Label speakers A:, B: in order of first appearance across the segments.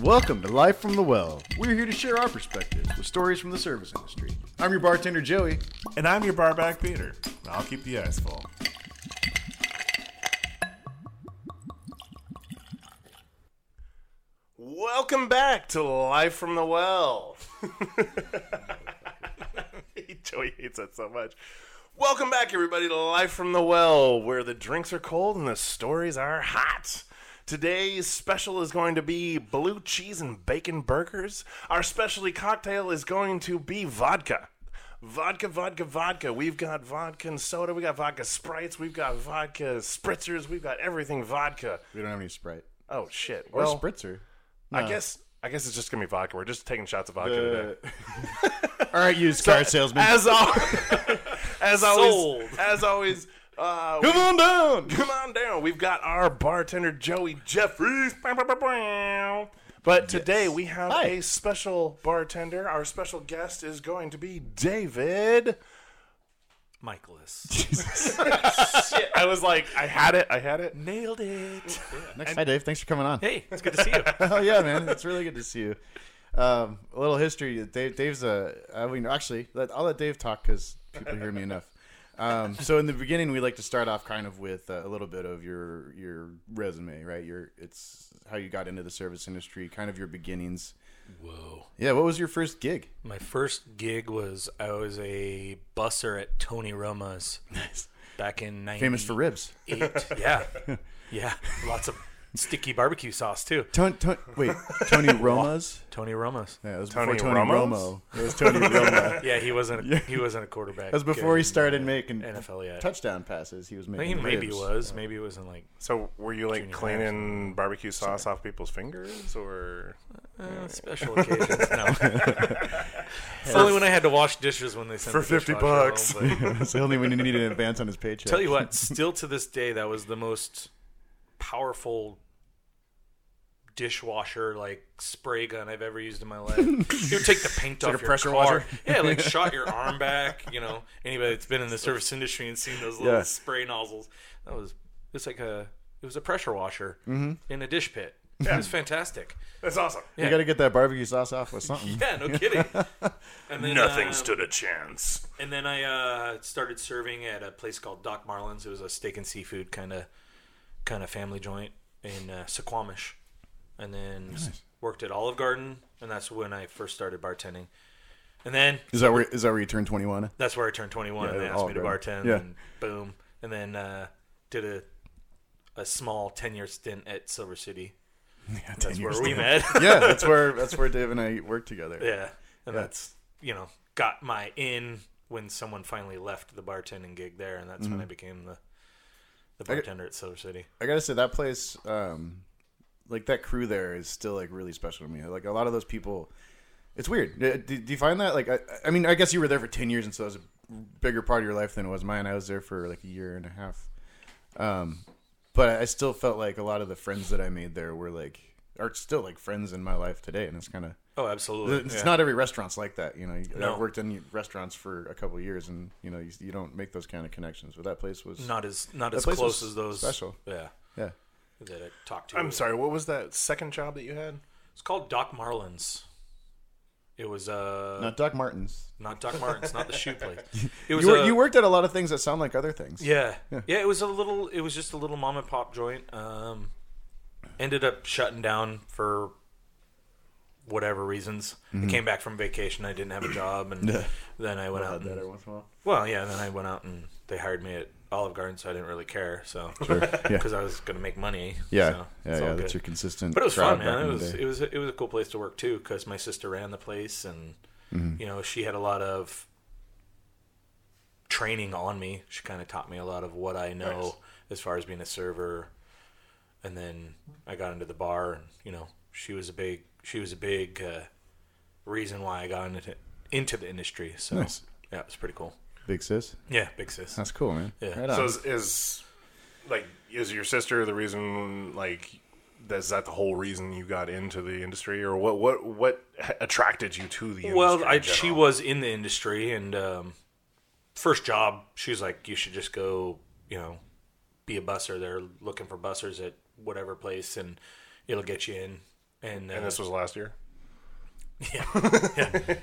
A: Welcome to Life from the Well. We're here to share our perspectives with stories from the service industry. I'm your bartender, Joey.
B: And I'm your barback Peter. And I'll keep the eyes full. Welcome back to Life from the Well. Joey hates that so much. Welcome back, everybody, to Life from the Well, where the drinks are cold and the stories are hot. Today's special is going to be blue cheese and bacon burgers. Our specialty cocktail is going to be vodka. Vodka, vodka, vodka. We've got vodka and soda. We got vodka sprites. We've got vodka spritzers. We've got everything vodka.
A: We don't have any Sprite
B: Oh shit!
A: or
B: Well,
A: Spritzer.
B: I guess I guess it's just gonna be vodka. We're just taking shots of vodka
A: Uh,
B: today.
C: All right, used car salesman.
B: As al- as always,
C: Sold.
B: as always, uh,
C: Come on down.
B: Come on down. We've got our bartender Joey Jeffries. Bow, bow, bow, bow. But today we have
C: Hi.
B: a special bartender. Our special guest is going to be David.
D: Michaelis.
B: Shit, I was like, I had it, I had it.
D: Nailed it.
C: Next, hi Dave. Thanks for coming on.
D: Hey, it's good to see you.
C: Oh yeah, man. It's really good to see you. Um, a little history. Dave, Dave's a. I mean, actually, let, I'll let Dave talk because people hear me enough. Um, so in the beginning, we like to start off kind of with uh, a little bit of your your resume, right? Your it's how you got into the service industry, kind of your beginnings.
D: Whoa.
C: Yeah. What was your first gig?
D: My first gig was I was a busser at Tony Roma's back in 98.
C: Famous for ribs.
D: Yeah. Yeah. Lots of sticky barbecue sauce, too.
C: Ton, ton, wait, Tony Roma's.
D: Tony Roma's.
C: Yeah, it was
B: Tony
C: before Tony
B: Romo's?
C: Romo. It was Tony Romo.
D: Yeah, he wasn't a, he wasn't a quarterback.
C: That was before he
D: in
C: started making
D: NFL yet.
C: touchdown passes. He was
D: I
C: making.
D: think he maybe
C: ribs.
D: was. Maybe it wasn't like
B: So were you like
D: Junior high
B: cleaning barbecue sauce off people's fingers or
D: uh, special occasions. No. it's only when I had to wash dishes when they sent
B: For
D: the
B: 50
D: dishwasher home,
B: bucks.
D: but-
C: It's the only when you needed an advance on his paycheck.
D: Tell you what, still to this day, that was the most powerful dishwasher like spray gun I've ever used in my life. it would take the paint off
C: a
D: your
C: pressure
D: car.
C: washer?
D: Yeah, like shot your arm back. You know, anybody that's been in the service industry and seen those little
C: Yeah.
D: spray nozzles, that was it's like a it was a pressure washer
C: Mm-hmm.
D: in a dish pit. It was fantastic.
B: that's awesome.
C: you got to get that barbecue sauce off with something.
D: Yeah, no kidding. And then,
B: Nothing
D: um,
B: stood a chance.
D: And then I uh, started serving at a place called Doc Marlin's. It was a steak and seafood kind of kind of family joint in uh, Suquamish. And then s- worked at Olive Garden, and that's when I first started bartending. And then
C: Is that where is that where you turn twenty one?
D: that's where I turned 21, and they
C: at
D: asked me to
C: Olive
D: bartend,
C: Garden. Yeah.
D: and boom. And then uh, did a a small 10 year stint at Silver City. That's where we met.
C: yeah, that's where that's where Dave and I worked together.
D: Yeah, and that's you know got my in when someone finally left the bartending gig there, and that's
C: Mm-hmm.
D: when I became the the bartender at Silver City.
C: I gotta say that place, um, like that crew there, is still like really special to me. Like a lot of those people, it's weird. Do, do do you find that? Like, I, I mean, I guess you were there for ten years, and so it was a bigger part of your life than it was mine. I was there for like a year and a half, um, but I still felt like a lot of the friends that I made there were like are still like friends in my life today, and it's kind of
D: Oh, absolutely.
C: it's
D: Yeah.
C: not every restaurant's like that. You know, You-
D: No.
C: I worked in restaurants for a couple of years, and you know, you, you don't make those kind of connections. But that place was
D: not as not
C: That
D: as
C: place was
D: close as those
C: special.
D: Yeah,
C: yeah.
D: that I talked to.
B: I'm sorry, what was that second job that you had?
D: It's called Doc Marlin's. It was uh not,
C: Not Doc Martens.
D: Doc Martin's, not the shoe place. It was
C: You, were,
D: a-
C: you worked at a lot of things that sound like other things.
D: Yeah. yeah, It was a little. It was just a little mom and pop joint. Um, ended up shutting down for whatever reasons.
C: Mm-hmm.
D: I came back from vacation. I didn't have a job, and then I went out. And,
C: once in a while.
D: well, yeah. Then I went out and they hired me at Olive Garden, so I didn't really care. So
C: Yeah.
D: because I was going to make money.
C: Yeah,
D: so
C: yeah,
D: it's all
C: yeah.
D: good.
C: That's your consistent.
D: But it was
C: crowd
D: fun,
C: back
D: man. It
C: in the
D: was
C: day.
D: it was a, it was a cool place to work too because my sister ran the place, and
C: Mm-hmm.
D: you know she had a lot of training on me. She kind of taught me a lot of what I know as far as being a server, and then I got into the bar, and you know she was a big she was a big uh, reason why I got into into the industry. So
C: Nice.
D: yeah, it was pretty cool.
C: Big sis.
D: Yeah, big sis.
C: That's cool, man.
D: Yeah.
C: Right on.
B: So is, is like is your sister the reason like is that the whole reason you got into the industry or what what what attracted you to the industry?
D: Well, I,
B: in
D: she
B: general?
D: was in the industry, and um, first job, she was like, "You should just go, you know, be a busser. They're looking for bussers at whatever place, and it'll get you in." and, uh,
B: And this was last year.
D: yeah, yeah,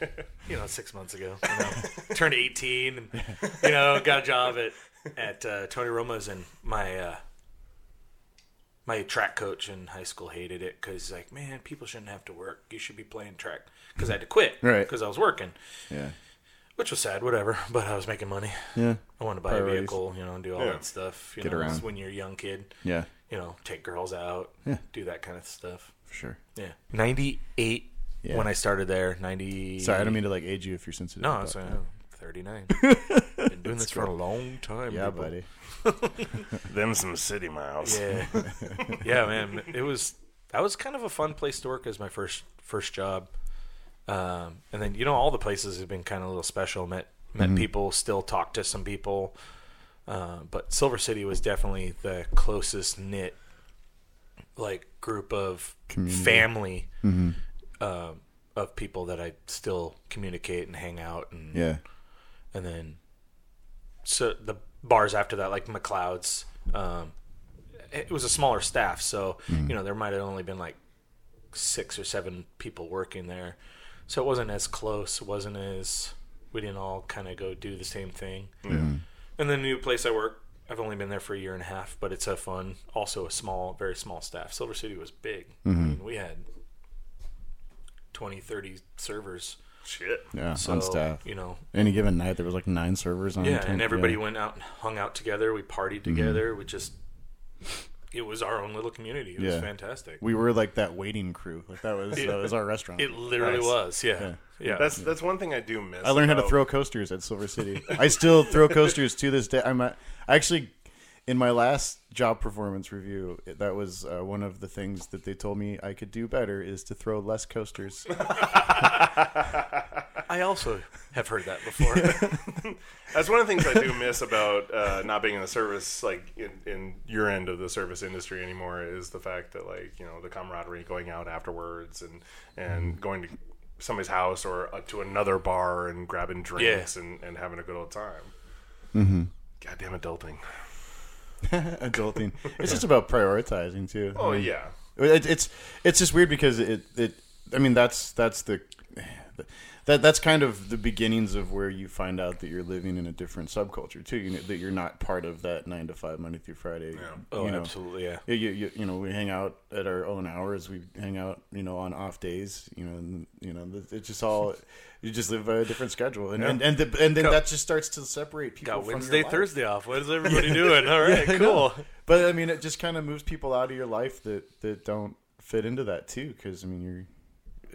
D: you know, six months ago, you know, turned eighteen, and you know, got a job at at uh, Tony Romo's, and my uh, my track coach in high school hated it because he's like, man, people shouldn't have to work. You should be playing track because I had to quit,
C: Right.
D: Because I was working,
C: Yeah.
D: which was sad, whatever. But I was making money.
C: Yeah.
D: I wanted to buy
C: Priorities.
D: a vehicle, you know, and do all
B: Yeah.
D: that stuff. You
C: Get
D: know,
C: around.
D: it's when you're a young kid,
C: Yeah.
D: you know, take girls out,
C: Yeah.
D: do that kind of stuff.
C: For sure.
D: Yeah, ninety eight
C: Yeah.
D: when I started there. Ninety.
C: Sorry, I don't mean to like age you if you're sensitive.
D: No,
C: about
D: that's
C: that.
D: fine. Thirty nine. Been doing this for a long time.
C: Yeah,
D: people.
C: buddy.
B: Them some city miles.
D: Yeah, yeah, man. It was that was kind of a fun place to work as my first first job, um, and then you know all the places have been kind of a little special. Met met people, still talked to some people, uh, but Silver City was definitely the closest knit like group of family um, of people that I still communicate and hang out and
C: Yeah.
D: and then so the bars after that, like McLeod's, um, it was a smaller staff, so you know there might have only been like six or seven people working there, so it wasn't as close, it wasn't as we didn't all kind of go do the same thing. And the new place I work, I've only been there for a year and a half, but it's a fun, also a small, very small staff. Silver City was big. I mean, we had 20, 30 servers.
B: Shit.
C: Yeah.
D: So,
C: on staff.
D: you know,
C: Any given night, there was like nine servers on.
D: yeah,
C: ten-
D: and everybody
C: yeah. Mm-hmm.
D: went out and hung out together. We partied together. We just it was our own little community. It was
C: Yeah.
D: fantastic.
C: We were like that waiting crew. Like that was that was our restaurant.
D: it literally
B: Nice.
D: was. Yeah. Yeah.
B: That's that's one thing I do miss.
C: I learned how to
B: about-
C: throw coasters at Silver City. I still throw coasters to this day. I'm a, actually in my last job performance review. it- That was uh, one of the things that they told me I could do better is to throw less coasters.
D: I also have heard that before.
B: That's one of the things I do miss about uh, not being in the service, like in, in your end of the service industry anymore, is the fact that like you know the camaraderie, going out afterwards, and and going to somebody's house or uh, to another bar and grabbing drinks and, and having a good old time. Goddamn adulting.
C: Adulting. It's just about prioritizing too.
B: Oh yeah,
C: It, it's it's just weird because it it I mean that's that's the that that's kind of the beginnings of where you find out that you're living in a different subculture too. You know, that you're not part of that nine to five Monday through Friday.
D: oh,
C: you know.
D: absolutely. Yeah.
C: You, you, you, you know we hang out at our own hours. We hang out you know on off days. You know and, you know th- it's just all you just live a different schedule and and and, the, and then that just starts to separate people.
D: Got
C: from your
D: Wednesday,
C: life.
D: Thursday off. What is everybody doing? All right, cool.
C: But I mean, it just kind of moves people out of your life that that don't fit into that too. Because I mean, you're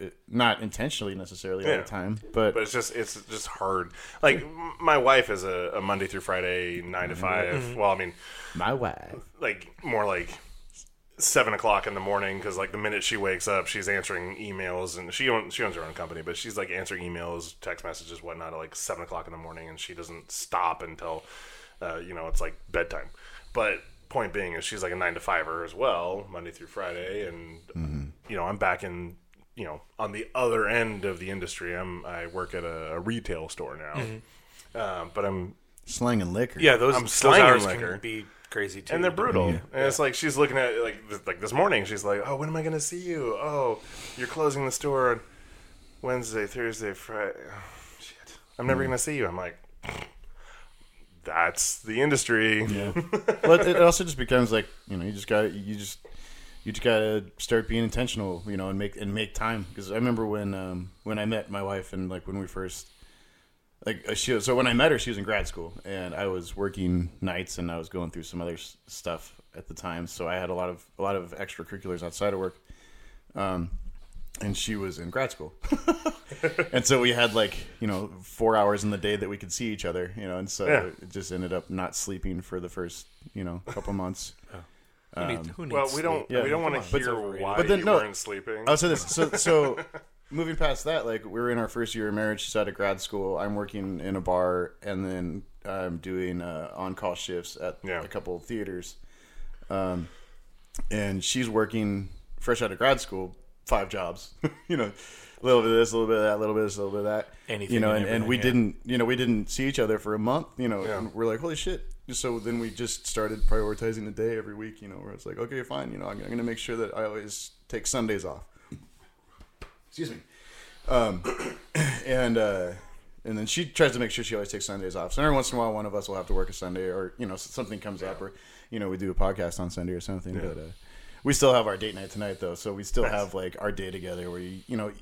C: it, not intentionally necessarily all
B: Yeah.
C: the time, but,
B: but it's just it's just hard. Like m- my wife is a, a Monday through Friday nine to 5 Well, I mean
C: my wife.
B: like more like seven o'clock in the morning because like the minute she wakes up she's answering emails and she owns she owns her own company but she's like answering emails text messages whatnot at like seven o'clock in the morning and she doesn't stop until uh, you know it's like bedtime but point being is she's like a nine to fiver as well monday through friday and you know i'm back in you know on the other end of the industry i'm i work at a, a retail store now uh, but i'm
C: Slang and liquor.
D: Yeah, those,
B: I'm
D: those
B: slanging
D: hours
B: liquor.
D: can be crazy too.
B: and they're brutal. And it's like she's looking at like th- like this morning. She's like, "Oh, when am I going to see you? Oh, you're closing the store on Wednesday, Thursday, Friday. Oh, shit, I'm
C: Hmm.
B: never going to see you." I'm like, "That's the industry."
C: Yeah. well, it, it also just becomes like you know, you just got you just you just gotta start being intentional, you know, and make and make time. Because I remember when um, when I met my wife and like when we first like uh, she was, so when I met her, she was in grad school and I was working nights and I was going through some other s- stuff at the time. So I had a lot of a lot of extracurriculars outside of work. Um, and she was in grad school. and so we had like, you know, four hours in the day that we could see each other, you know, and so
B: Yeah.
C: it just ended up not sleeping for the first, you know, couple months.
D: Who needs, who needs
B: Well, we don't
C: Um, Yeah,
B: we don't
C: come
B: want
C: on.
B: to
C: But-
B: hear why
C: But then,
B: you
C: no.
B: weren't sleeping.
C: I'll say this. So, so moving past that, like we were in our first year of marriage. She's out of grad school. I'm working in a bar, and then I'm doing uh, on-call shifts at
B: Yeah.
C: a couple of theaters. Um, and she's working fresh out of grad school, five jobs. you know, a little bit of this, a little bit of that, a little bit of this, a little bit of that.
D: Anything
C: You know,
D: and
C: and, and
D: everything,
C: we
D: yeah.
C: didn't, you know, we didn't see each other for a month. You know,
B: Yeah.
C: and we're like, holy shit. So then we just started prioritizing the day every week, you know, where it's like, okay, fine, you know, I'm, I'm going to make sure that I always take Sundays off Excuse me. Um, and uh, and then she tries to make sure she always takes Sundays off. So every once in a while, one of us will have to work a Sunday, or you know, something comes up, or you know, we do a podcast on Sunday or something. But uh, we still have our date night tonight, though. So we still have like our day together, where you you know,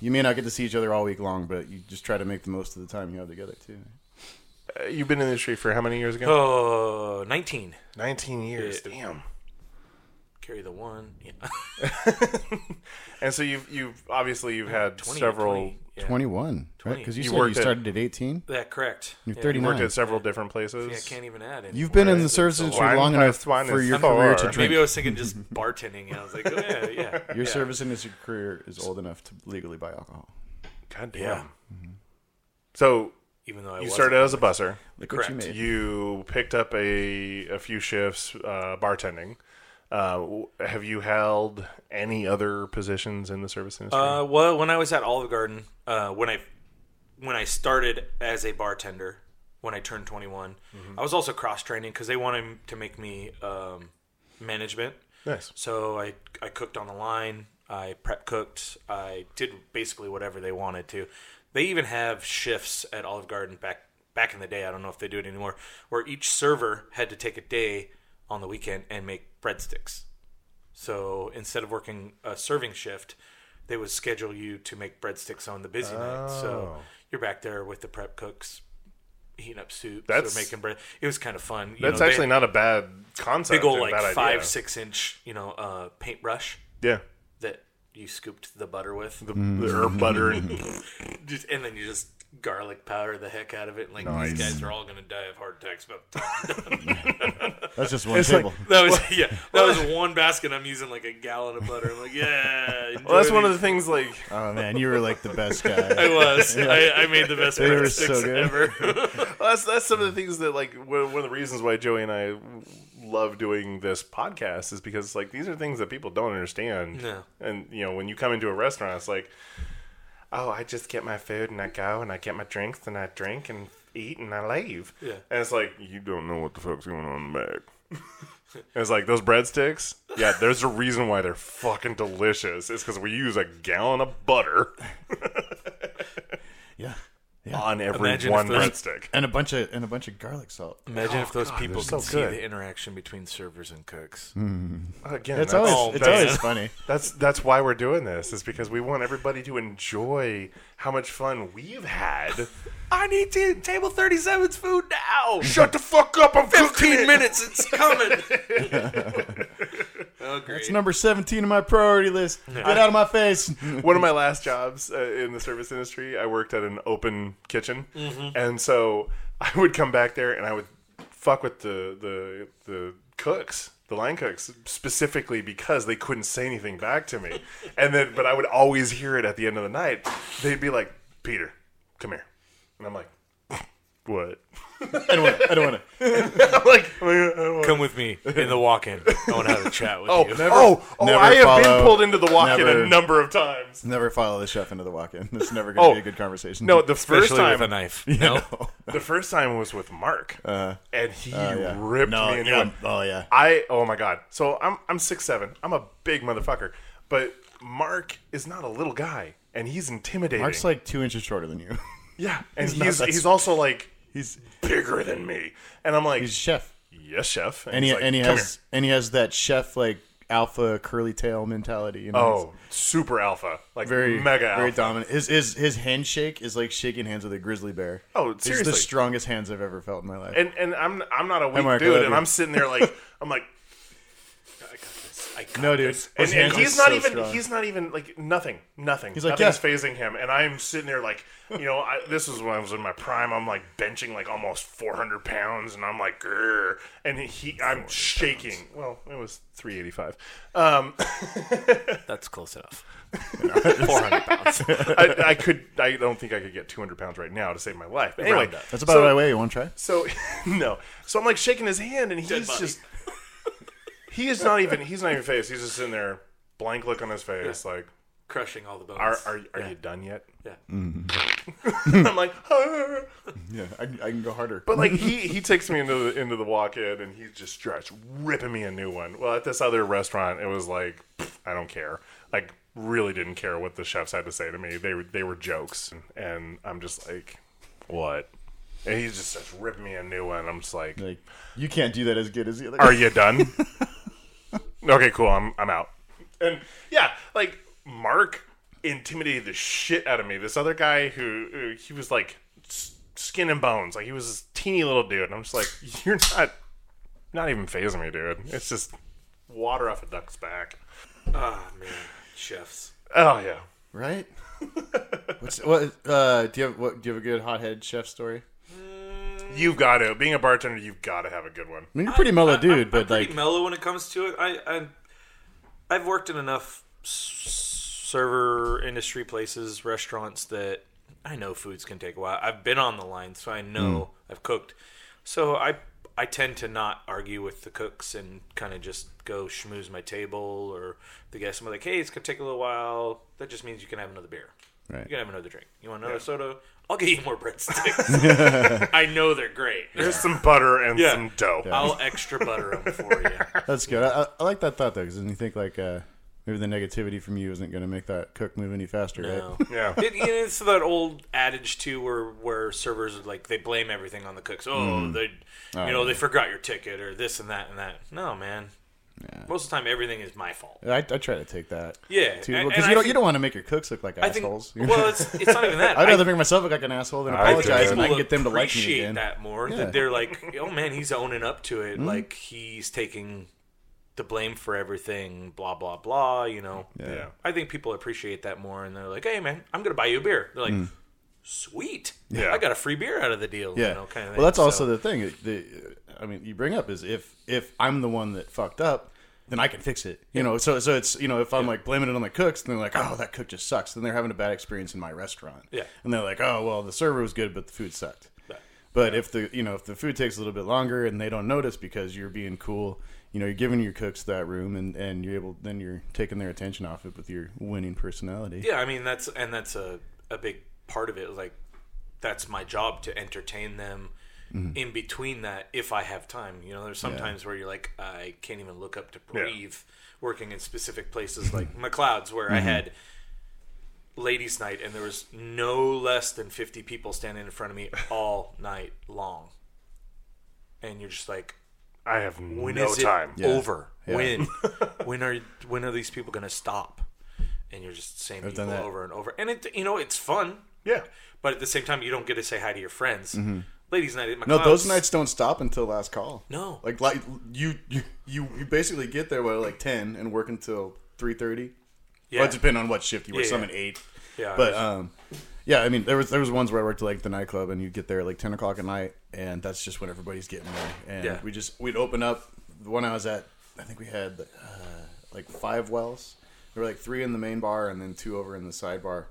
C: you may not get to see each other all week long, but you just try to make the most of the time you have together too.
B: Uh, You've been in the industry for how many years ago?
D: Oh, 19.
B: 19 years.
D: Yeah.
B: Damn.
D: Carry the one. Yeah.
B: And so you've you've obviously you've had
D: 20,
B: several
D: 20, yeah.
C: Twenty one, right? Because you,
B: You
C: said you
B: worked at-
C: started at eighteen.
D: That correct.
C: You're
D: yeah.
C: thirty
B: worked
C: nine.
B: at several different places.
D: Yeah, I can't even add it.
C: You've been in the
D: It's
C: service
D: so
C: industry
D: long.
B: wine
C: long enough
B: past wine
C: for
B: is
C: your
B: four.
C: career to drink.
D: Maybe I was thinking just bartending. Yeah, I was like, oh, yeah, yeah.
C: Your
D: yeah.
C: service industry career is old enough to legally buy alcohol.
B: God damn.
D: Yeah.
C: Mm-hmm.
B: So
D: Even though I
B: you
D: wasn't.
B: started as a busser.
C: Look
D: what
C: what you
D: you Correct.
C: made.
B: You picked up a a few shifts uh, bartending. Uh, w- have you held any other positions in the service industry?
D: Uh, well, when I was at Olive Garden, uh, when I when I started as a bartender, when I turned 21,
B: Mm-hmm.
D: I was also cross training because they wanted to make me um, management.
B: nice.
D: So I I cooked on the line. I prep cooked. I did basically whatever they wanted to. They even have shifts at Olive Garden back back in the day. I don't know if they do it anymore, where each server had to take a day on the weekend and make breadsticks. So instead of working a serving shift, they would schedule you to make breadsticks on the busy night.
B: Oh.
D: So you're back there with the prep cooks heating up soup.
B: That's-
D: making bread. It was kind of fun. You
B: That's
D: know, they-
B: actually not a bad concept.
D: big old
B: or
D: like
B: bad idea.
D: five six inch you know uh, paintbrush
B: Yeah.
D: that you scooped the butter with,
B: The, the herb butter and
D: Just- and then you just garlic powder the heck out of it. Like
B: Nice.
D: these guys are all gonna die of heart attacks. But
C: That's just one
B: like-
C: table.
D: that was yeah, that was one basket. I'm using like a gallon of butter. I'm like yeah,
B: well, that's one of
D: the.
B: the things like
C: oh man, you were like the best
D: I
C: guy.
D: was. I, I made the best
C: were
D: breadsticks
C: so good.
D: ever.
B: Well, that's that's some of the things that like one one of the reasons why Joey and I love doing this podcast is because like these are things that people don't understand.
D: No.
B: And you know, when you come into a restaurant, it's like, oh, I just get my food and I go and I get my drinks and I drink and eat and I leave.
D: Yeah.
B: And it's like you don't know what the fuck's going on in the back. And it's like those breadsticks. Yeah, there's a reason why they're fucking delicious. It's because we use a gallon of butter
C: yeah,
B: on every
D: Imagine if
B: one
D: those-
B: breadstick.
C: and a bunch of and a bunch of garlic salt.
D: Imagine if those people
B: so
D: could see
B: good. Hmm.
D: the interaction between servers and cooks.
B: Again,
C: It's
B: that's-
C: always
D: Oh,
C: it's
D: man.
C: always funny.
B: That's that's why we're doing this is because we want everybody to enjoy how much fun we've had.
D: I need to table 37's food now.
B: Shut the fuck up! I'm
D: 15 minutes, it's coming. oh, great.
C: It's number seventeen on my priority list. Get out of my face.
B: One of my last jobs uh, in the service industry, I worked at an open kitchen, and so I would come back there and I would fuck with the the the cooks. The line cooks specifically because they couldn't say anything back to me, and then but I would always hear it at the end of the night. They'd be like, "Peter, come here," and I'm like, "What?"
C: I don't want to. I don't want to.
B: I'm like, uh, I don't wanna-
D: Come with me in the walk-in. I want to have a chat with
B: Oh,
D: you.
B: oh, oh,
C: never
B: I have been
C: follow-
B: pulled into the walk-in
C: never-
B: a number of times.
C: Never follow the chef into the walk-in. That's never going to
B: Oh.
C: be a good conversation.
B: No, the first
D: Especially with a
B: time,
D: knife. No.
B: the first time was with Mark, and he
C: Uh, yeah.
B: ripped
C: No,
B: me into
C: yeah.
B: it.
C: Oh, yeah.
B: I oh my god. So I'm I'm six seven. I'm a big motherfucker, but Mark is not a little guy, and he's intimidating.
C: Mark's like two inches shorter than you.
B: yeah, and
C: not
B: he's
C: that-
B: he's also like
C: he's
B: bigger than me, and I'm like,
C: he's a chef,
B: yes, chef,
C: and he
B: he's like,
C: and he
B: "Come
C: has and he has that chef like alpha curly tail mentality. You know?
B: here." oh super alpha, like
C: very
B: mega
C: very
B: alpha.
C: dominant. His his his handshake is like shaking hands with a grizzly bear.
B: Oh,
C: It's
B: seriously.
C: the strongest hands I've ever felt in my life.
B: and and I'm I'm not a weak
C: Mark, I
B: dude,
C: love
B: and
C: you.
B: I'm sitting there like I'm like,
D: I got
C: no, dude,
D: this.
B: and,
C: his
B: and
C: hands
B: he's
C: are
B: not
C: so
B: even
C: strong.
B: he's not even like nothing nothing he's
C: like,
B: nothing's
C: yeah.
B: phasing him and i'm sitting there like you know I, this is when i was in my prime i'm like benching like almost 400 pounds and i'm like Grr. and he i'm shaking well it was 385 um
D: That's close enough. 400 pounds.
B: I, I could i don't think i could get 200 pounds right now to save my life but anyway
D: Round up.
C: That's about
B: so-
C: what I weigh. You want to try?
B: So no. So I'm like shaking his hand, and he's
D: body.
B: just he is not even he's not even face. He's just sitting there, blank look on his face, like
D: Crushing all the bones.
B: are are, Mm. are you done yet?
D: yeah.
B: I'm like, "Ah."
C: Yeah, I, can- I can go harder.
B: but like he he takes me into the into the walk in, and he just starts ripping me a new one. Well, at this other restaurant, it was like pff, I don't care, like really didn't care what the chefs had to say to me. They were they were jokes, and, and I'm just like, what? And he just says, "Rip me a new one." I'm just like,
C: Like you can't do that as good as the other.
B: are you done? okay, cool. I'm I'm out. And yeah, like Mark intimidated the shit out of me. This other guy who, who he was like s- skin and bones. Like he was this teeny little dude. And I'm just like, you're not not even phasing me, dude. It's just water off a duck's back.
D: Ah, man. Chefs.
B: Oh yeah.
C: right? What's what? Uh, do you have what? Do you have a good hothead chef story?
B: You've got to. Being a bartender, you've got to have a good one.
C: I mean, you're a pretty mellow
D: I-
C: dude,
D: I'm- I'm
C: but
D: pretty
C: like,
D: mellow when it comes to it. I, I I've worked in enough s- server industry places, restaurants that I know foods can take a while. I've been on the line, so I know
C: Hmm.
D: I've cooked. So I I tend to not argue with the cooks and kind of just go schmooze my table or the guests. I'm like, hey, it's gonna take a little while. That just means you can have another beer.
C: Right.
D: You can have another drink. You want another soda? I'll get you more breadsticks. I know they're great.
B: Here's some butter and
D: Yeah.
B: some dough.
D: I'll extra butter them for you.
C: that's good. I, I, I like that thought though, because then you think like uh, maybe the negativity from you isn't going to make that cook move any faster,
D: No.
C: right?
B: Yeah.
D: It, you know, it's that old adage too, where where servers are like they blame everything on the cooks. Oh,
C: Hmm.
D: they, you know, they forgot your ticket or this and that and that. No, man. Most of the time, everything is my fault.
C: I, I try to take that.
D: Yeah,
C: too,
D: and-
C: because
D: and
C: you
D: I
C: don't you
D: think-
C: don't want to make your cooks look like
D: I think.
C: assholes.
D: Well, it's, it's not even that.
C: I'd
D: I-
C: rather make myself look like an asshole than
B: I think
C: apologize, and I
D: people
C: can get them to like me
D: appreciate
C: again.
D: that more.
C: Yeah. Hmm.
D: That they're like, oh man, he's owning up to it. Like he's taking the blame for everything. Blah blah blah. You know.
B: Yeah.
D: I think people appreciate that more, and they're like, "Hey, man, I'm gonna buy you a beer." They're like,
C: Hmm.
D: "Sweet,
B: Yeah.
D: I got a free beer out of the deal."
C: Yeah.
D: you know, kind of.
C: well, that's also the thing. it- The, I mean, you bring up is if if I'm the one that fucked up, then I can fix it. You know, so so it's you know if I'm like blaming it on the cooks, then they're like, oh, that cook just sucks. Then they're having a bad experience in my restaurant.
D: Yeah.
C: and they're like, oh, well, the server was good, but the food sucked.
D: Yeah.
C: But if the you know if the food takes a little bit longer and they don't notice because you're being cool, you know you're giving your cooks that room and and you're able then you're taking their attention off it with your winning personality.
D: yeah. I mean, that's and that's a a big part of it. Like, that's my job to entertain them. In between that, if I have time, you know, there's sometimes where you're like, I can't even look up to breathe. Working in specific places like McLeod's, where I had ladies' night, and there was no less than 50 people standing in front of me all night long. And you're just like,
B: I have
D: when
B: no
D: is
B: time.
D: it over?
C: Yeah.
D: When when are when are these people going to stop? And you're just the same people
C: done that.
D: over and over. And it you know it's fun,
B: Yeah.
D: but at the same time you don't get to say hi to your friends. Ladies' night at my
C: Mm-hmm. No, those nights don't stop until last call.
D: No.
C: like like you you you, you basically get there by like ten and work until three thirty.
D: Yeah.
C: Well, it depends on what shift you work.
D: Yeah,
C: some
D: yeah.
C: at eight.
D: Yeah,
C: but um, yeah, I mean there was there was ones where I worked at, like the nightclub and you'd get there at like ten o'clock at night and that's just when everybody's getting there and
D: Yeah.
C: we just we'd open up. The one I was at, I think we had uh, like five wells. There were like three in the main bar and then two over in the side bar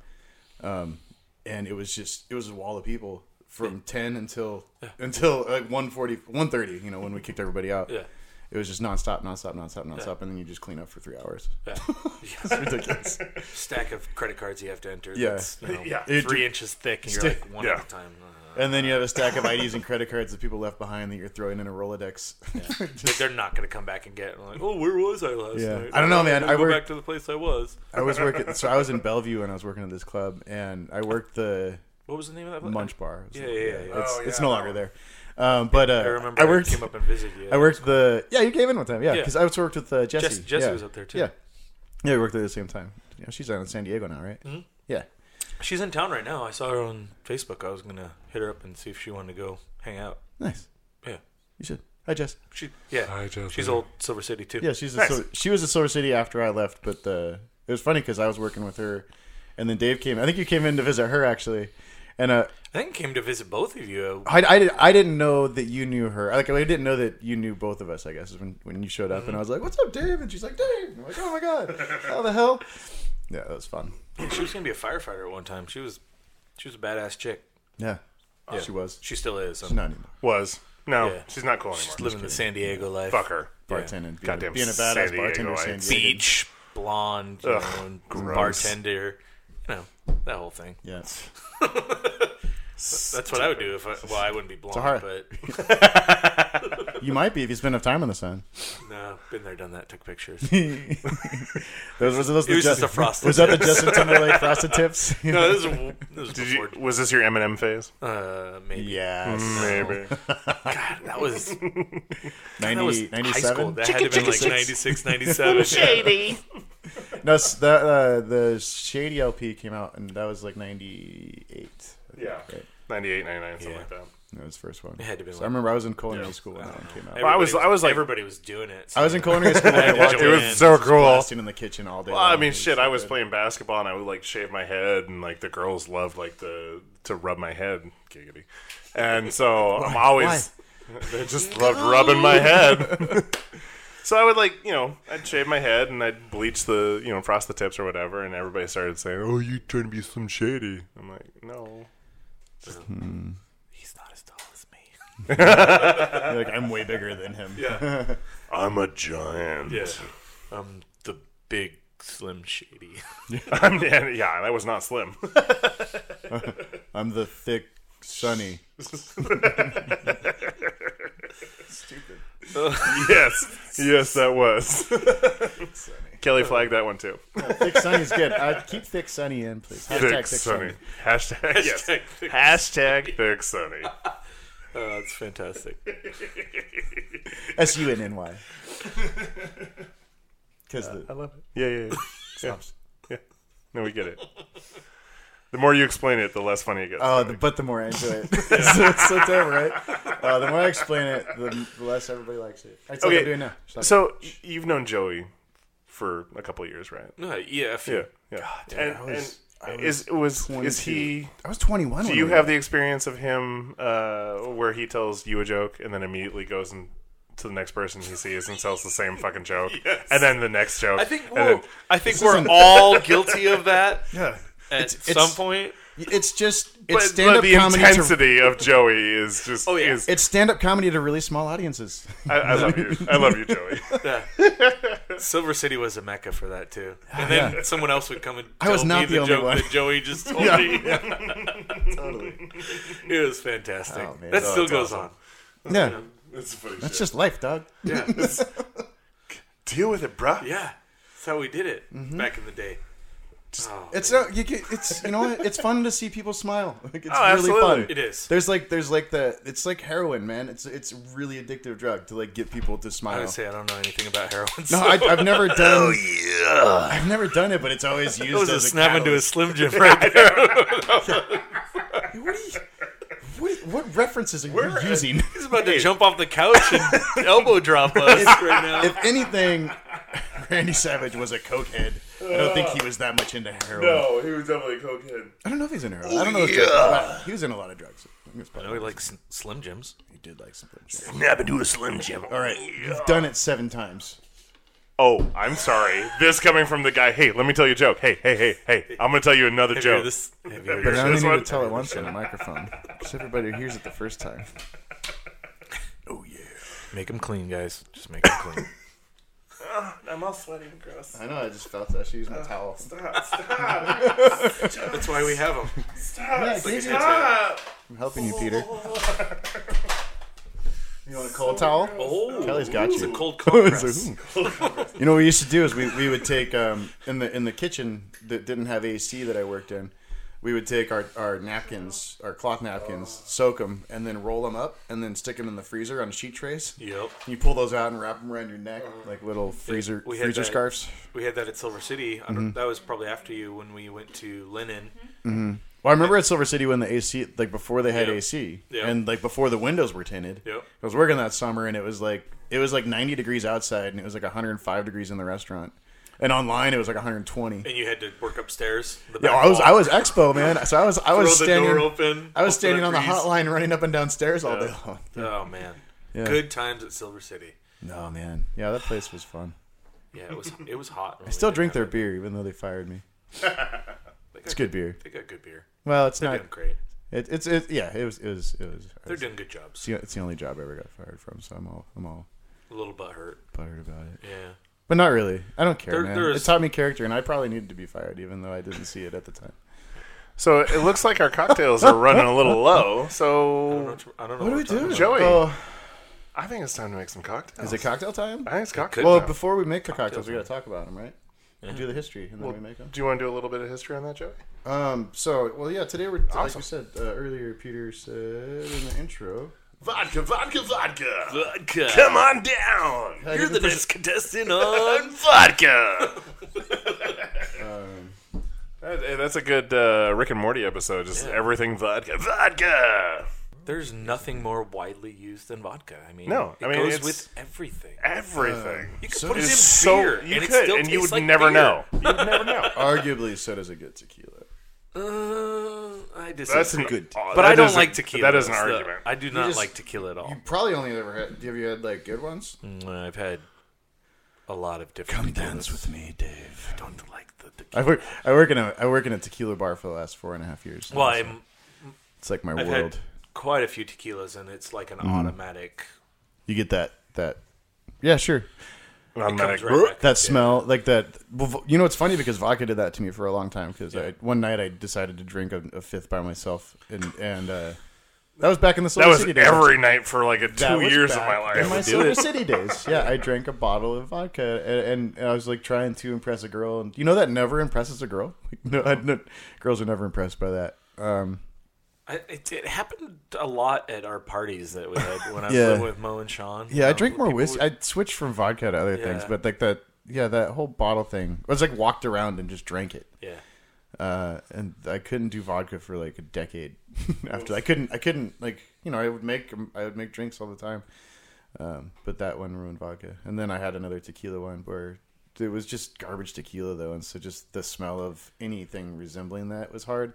C: and it was just it was a wall of people from 10 until until like 140 130 you know when we kicked everybody out
D: Yeah.
C: it was just nonstop nonstop nonstop nonstop and then you just clean up for three hours
D: Yeah.
C: ridiculous
D: stack of credit cards you have to enter.
C: Yeah.
D: that's, you know,
B: Yeah.
C: It-
D: three inches thick, and you're
C: Stick-
D: like one
B: yeah.
D: at a time. Uh,
C: and then you have a stack of ids and credit cards that people left behind that you're throwing in a rolodex
D: like, they're not going to come back and get it. like, oh, where was I last
C: Yeah.
D: night?
C: I don't know,
D: Oh,
C: man.
D: gotta
C: I
D: go
C: work-
D: back to the place I was.
C: i was working so i was in bellevue and i was working at this club and i worked the
D: What was the name of that place?
C: munch bar It was-
D: Yeah, yeah, yeah, yeah.
C: it's,
B: Oh,
C: it's
B: yeah,
C: no
B: that
C: longer
B: one.
C: there um, but uh,
D: I remember.
C: I worked
D: came up and visited you.
C: I worked the yeah. You came in one time, yeah,
D: Yeah.
C: because I also worked with uh, Jesse.
D: Jess- Jesse
C: yeah.
D: was up there, too.
C: Yeah, yeah, we worked there at the same time. You know, she's out in San Diego now, right?
D: Mm-hmm.
C: Yeah,
D: She's in town right now. I saw her on Facebook. I was gonna hit her up and see if she wanted to go hang out.
C: nice.
D: Yeah,
C: You should. Hi, Jess.
D: she yeah.
B: Hi, Jesse.
D: She's old Silver City too.
C: Yeah, she's a
B: Nice.
C: Silver, she was at Silver City after I left, but uh it was funny because I was working with her, and then Dave came. I think you came in to visit her actually, and uh,
D: I think came to visit both of you.
C: I, I, did, I didn't know that you knew her. Like I didn't know that you knew both of us. I guess is when when you showed up,
D: Mm-hmm.
C: and I was like, "What's up, Dave?" And she's like, "Dave." And I'm like, "Oh my god, how the hell?" Yeah, that was fun.
D: Uh, She was gonna be a firefighter at one time. She was, she was a badass chick.
C: Yeah, she was.
D: She still is.
C: She's not anymore.
B: Was. No,
D: Yeah.
B: she's not cool anymore.
D: She's living the San Diego life.
B: Fuck her.
C: bartending. Being,
B: Goddamn
C: a, being a
B: San
C: badass
B: Diego
C: bartender,
B: lights.
C: San Diego.
D: Beach blonde, you know, and
B: gross.
D: bartender. You know that whole thing.
C: Yeah.
D: That's what I would do if I. Well, I wouldn't be blonde,
C: hard-
D: but
C: You might be if you spend enough time in the sun.
D: no, been there, done that, took pictures.
C: Those, was those
D: It
C: the
D: was just
C: Ju-
D: the frosted
C: Was that the Justin Timberlake frosted tips?
D: no, this is, this is
B: Did
D: before.
B: you, was this your Eminem phase?
D: Uh, maybe.
C: Yes.
B: Maybe.
D: That was, that was
C: 90,
D: high school.
C: 97?
D: That had to be like 96, 97.
C: No, s- the, uh, the Shady LP came out, and that was like 98.
B: Yeah. 98, 99, something like that.
C: That was the first one. It
D: had to be
C: so
D: like-
C: I remember I was in culinary school when that one came out.
D: Everybody
B: was- I was like-
D: everybody was doing it.
C: I was in culinary school. and I
D: watch
C: walked
D: it
B: It
C: in
B: was
D: Man,
B: so cool.
C: blasting in the kitchen all day.
B: Well, I
C: long.
B: mean, shit. I was playing basketball and I would like shave my head, and like the girls loved like the to rub my head, giggity. And so I'm always they just loved rubbing my head. so I would like you know I'd shave my head and I'd bleach the you know frost the tips or whatever, and everybody started saying, "Oh, you trying to be Slim Shady?" I'm like, "No."
D: He's not as tall as me.
C: You're like I'm way bigger than him.
B: I'm a giant.
D: Yeah. I'm Um, the big Slim Shady.
B: I'm, yeah, yeah, and I was not slim.
C: I'm the thick, sunny.
B: yes, yes, that was. Kelly flagged that one too.
C: thick sunny's good. Uh, keep thick sunny in, please. Hashtag thick, sunny.
B: Hashtag, yes.
D: Hashtag thick-
B: Hashtag thick sunny.
D: Oh, that's fantastic.
C: S U N N Y. Because the
B: love it. Yeah, yeah, yeah.
C: stops.
B: yeah. No, we get it. The more you explain it, the less funny it gets.
C: Oh, the, but the more I enjoy it, so it's so terrible, right? Uh, the more I explain it, the, the less everybody likes it. That's what
B: Okay,
C: I'm doing now. Stop.
B: so you've known Joey for a couple of years, right?
D: No, yeah, if
B: Yeah,
D: you
B: yeah.
C: Mm. I
B: and
C: was-
B: and is was is
C: 22.
B: he?
C: I was 21.
B: Do
C: when
B: you
C: we
B: have
C: met.
B: the experience of him uh, where he tells you a joke and then immediately goes and to the next person he sees and tells the same fucking joke, and then the next joke?
D: I think
B: and
D: we're,
B: then-
D: I think we're all guilty of that
B: yeah.
D: at
C: it's-
D: some point.
C: It's just
B: But,
C: it's
B: but
C: stand up
B: the
C: comedy. To,
B: intensity of Joey is just.
D: Oh, yeah.
B: is-
C: it's stand up comedy to really small audiences.
B: I, I love you. I love you, Joey.
D: Silver City was a mecca for that too. And then someone else would come and
C: Oh, I
D: tell
C: was not
D: me
C: the
D: the,
C: only
D: joke
C: one.
D: that Joey just told me.
C: totally.
D: It was fantastic.
C: Oh, man.
D: that
C: Oh,
D: still
B: it's
D: goes
B: awesome.
D: on.
C: Yeah,
B: That's funny
C: that's just life, dog.
B: Deal with it, bruh.
D: Yeah, that's how we did it back in the day. Oh,
C: It's no, you can, it's you know what? It's fun to see people smile. Like, it's really
B: absolutely.
C: fun.
D: Oh, it is.
C: There's like there's like the it's like heroin, man. It's it's a really addictive drug to like get people to
D: I
C: smile.
D: would say I don't know anything about heroin.
C: no,
D: so- Oh,
C: I, I've never
B: Oh,
C: done. I've never done it, but it's always used.
D: it was a
C: as a
D: snap into a
C: catalyst.
D: Slim Jim right there.
C: What, are you, what, what references are
B: We're, uh,
C: you using?
D: He's about to jump off the couch and elbow drop us right now.
C: if anything, Randy Savage was a cokehead. I don't think he was that much into heroin.
B: No, he was definitely a cokehead.
C: I don't know if he's in heroin. I don't
D: Oh,
C: know. If he was in a lot of drugs. I think it's
D: I
C: probably-
D: know he likes Slim Jims.
C: He did like something.
B: Snap into a Slim Jim.
C: All right, you've done it seven times.
B: Oh, I'm sorry. This coming from the guy. Hey, let me tell you a joke. Hey, hey, hey, hey. I'm gonna tell you another
D: Have you heard
B: joke.
D: this? Have you heard
C: But
D: this?
C: I only
B: This
C: need
B: one?
C: to tell it once on the microphone because everybody hears it the first time. Oh yeah.
D: Make him clean, guys. Just make him clean.
B: I'm all sweaty and gross.
C: I know. I just felt that. She used my towel.
B: Stop! Stop!
D: That's why we have him.
C: Yeah, I
B: Stop!
C: gave you a towel.
B: Stop!
C: I'm helping you, Peter. You want a cold towel?
D: Oh,
C: Kelly's got
D: it's
C: you.
D: a cold compress.
C: So, you know what we used to do is we, we would take um, in the in the kitchen that didn't have AC that I worked in, we would take our, our napkins, our cloth napkins, soak them, and then roll them up, and then stick them in the freezer on sheet trays.
D: Yep.
C: You pull those out and wrap them around your neck like little freezer
D: we had
C: freezer
D: that.
C: scarves.
D: We had that at Silver City. I don't, that was probably after you when we went to Linen.
C: Well, I remember at Silver City when the AC, like before they had
D: Yeah.
C: AC,
D: Yeah.
C: and like before the windows were tinted.
D: Yeah.
C: I was working that summer, and it was like it was like 90 degrees outside, and it was like 105 degrees in the restaurant, and online it was like 120.
D: And you had to work upstairs. The
C: Yeah,
D: back
C: I was
D: wall,
C: I was expo man. So I was I was
D: throw the door
C: standing
D: open.
C: I was
D: open
C: standing on the
D: trees.
C: hotline running up and down stairs all day long.
D: Oh man,
C: Yeah.
D: good times at Silver City.
C: No man, yeah, that place was fun.
D: Yeah, it was it was hot. I
C: Still drink their beer even though they fired me. It's good beer.
D: They got good beer.
C: Well, it's
D: They're
C: not.
D: doing great.
C: It, it's it, yeah. It was it was it was.
D: They're doing good jobs.
C: It's the, it's the only job I ever got fired from, so I'm all I'm all
D: A little butt hurt.
C: buttered about it.
D: Yeah.
C: But not really. I don't care,
D: There-
C: man.
D: there is-
C: It taught me character, and I probably needed to be fired, even though I didn't see it at the time.
B: So it looks like our cocktails are running a little low.
D: I
B: So
D: don't know. What, I don't know
C: What do
D: we're
C: we
D: talking
C: do,
D: about.
B: Joey.
C: Oh,
B: I think it's time to make some cocktails.
C: Is it cocktail time?
B: I think it's cocktail.
C: Well,
B: time.
C: before we make the cocktails, we got to talk about them, right? And do the history, and then
B: Well,
C: we make them.
B: do you want to do a little bit of history on that, Joey?
C: Um. So, well, yeah. Today we're like
B: Awesome.
C: you said uh, earlier. Peter said in the intro.
B: Vodka, vodka, vodka.
D: Vodka.
B: Come on down.
D: You're the next contestant on.
B: Vodka.
C: Um,
B: That- eh, That's a good uh, Rick and Morty episode. Just everything vodka, vodka,
D: There's nothing more widely used than vodka. I mean,
B: No,
D: it
B: I mean,
D: goes
B: it's-
D: with everything.
B: everything.
D: You could
C: so
D: put it
B: It's
D: in
B: so
D: beer,
B: you
D: and it
B: could,
D: still
B: and you
D: tastes
B: would
D: like
B: never
D: beer.
B: know. You would never know.
C: Arguably, so does a good tequila.
D: Uh, I disagree.
B: That's an,
C: Good.
B: oh,
D: but
B: that
D: I don't
B: is a-
D: like tequila.
B: That is an
D: That's the-
B: argument.
D: I do not
C: just-
D: like tequila at all.
C: You probably only ever had. Have you had like good ones?
D: Mm, I've had a lot of different.
C: dance with me, Dave.
D: I don't like the tequila.
C: I work. I work in a. I work in a tequila bar for the last four and a half years.
D: Well, I'm,
C: it's like my
D: I've
C: world. Mm-hmm.
D: had quite a few tequilas, and it's like an automatic.
C: You get that. That. Yeah, sure.
B: I'm not
D: comes
B: a-
D: right back.
C: That smell, like that. well, vo- You know, it's funny because vodka did that to me for a long time. Because one night I decided to drink a, a fifth by myself, and and uh, that was back in the Silver
B: That was
C: City days.
B: every night for like a
C: That
B: two
C: was
B: years of
C: back
B: my life.
C: In my Silver City days, yeah, I drank a bottle of vodka, and, and I was like trying to impress a girl, and you know that never impresses a girl. Like, no, I, no, girls are never impressed by that. Um,
D: I, it, it happened a lot at our parties that we had when I was
C: Yeah.
D: living with Mo and Sean.
C: yeah, I
D: Um,
C: drink more
D: people
C: whiskey.
D: would-
C: I switched from vodka to other things,
D: Yeah.
C: but like that, yeah, that whole bottle thing. I was like walked around and just drank it.
D: yeah,
C: uh, and I couldn't do vodka for like a decade after. I couldn't. I couldn't like you know. I would make um, I would make drinks all the time, um, but that one ruined vodka. And then I had another tequila one where it was just garbage tequila though, and so just the smell of anything resembling that was hard.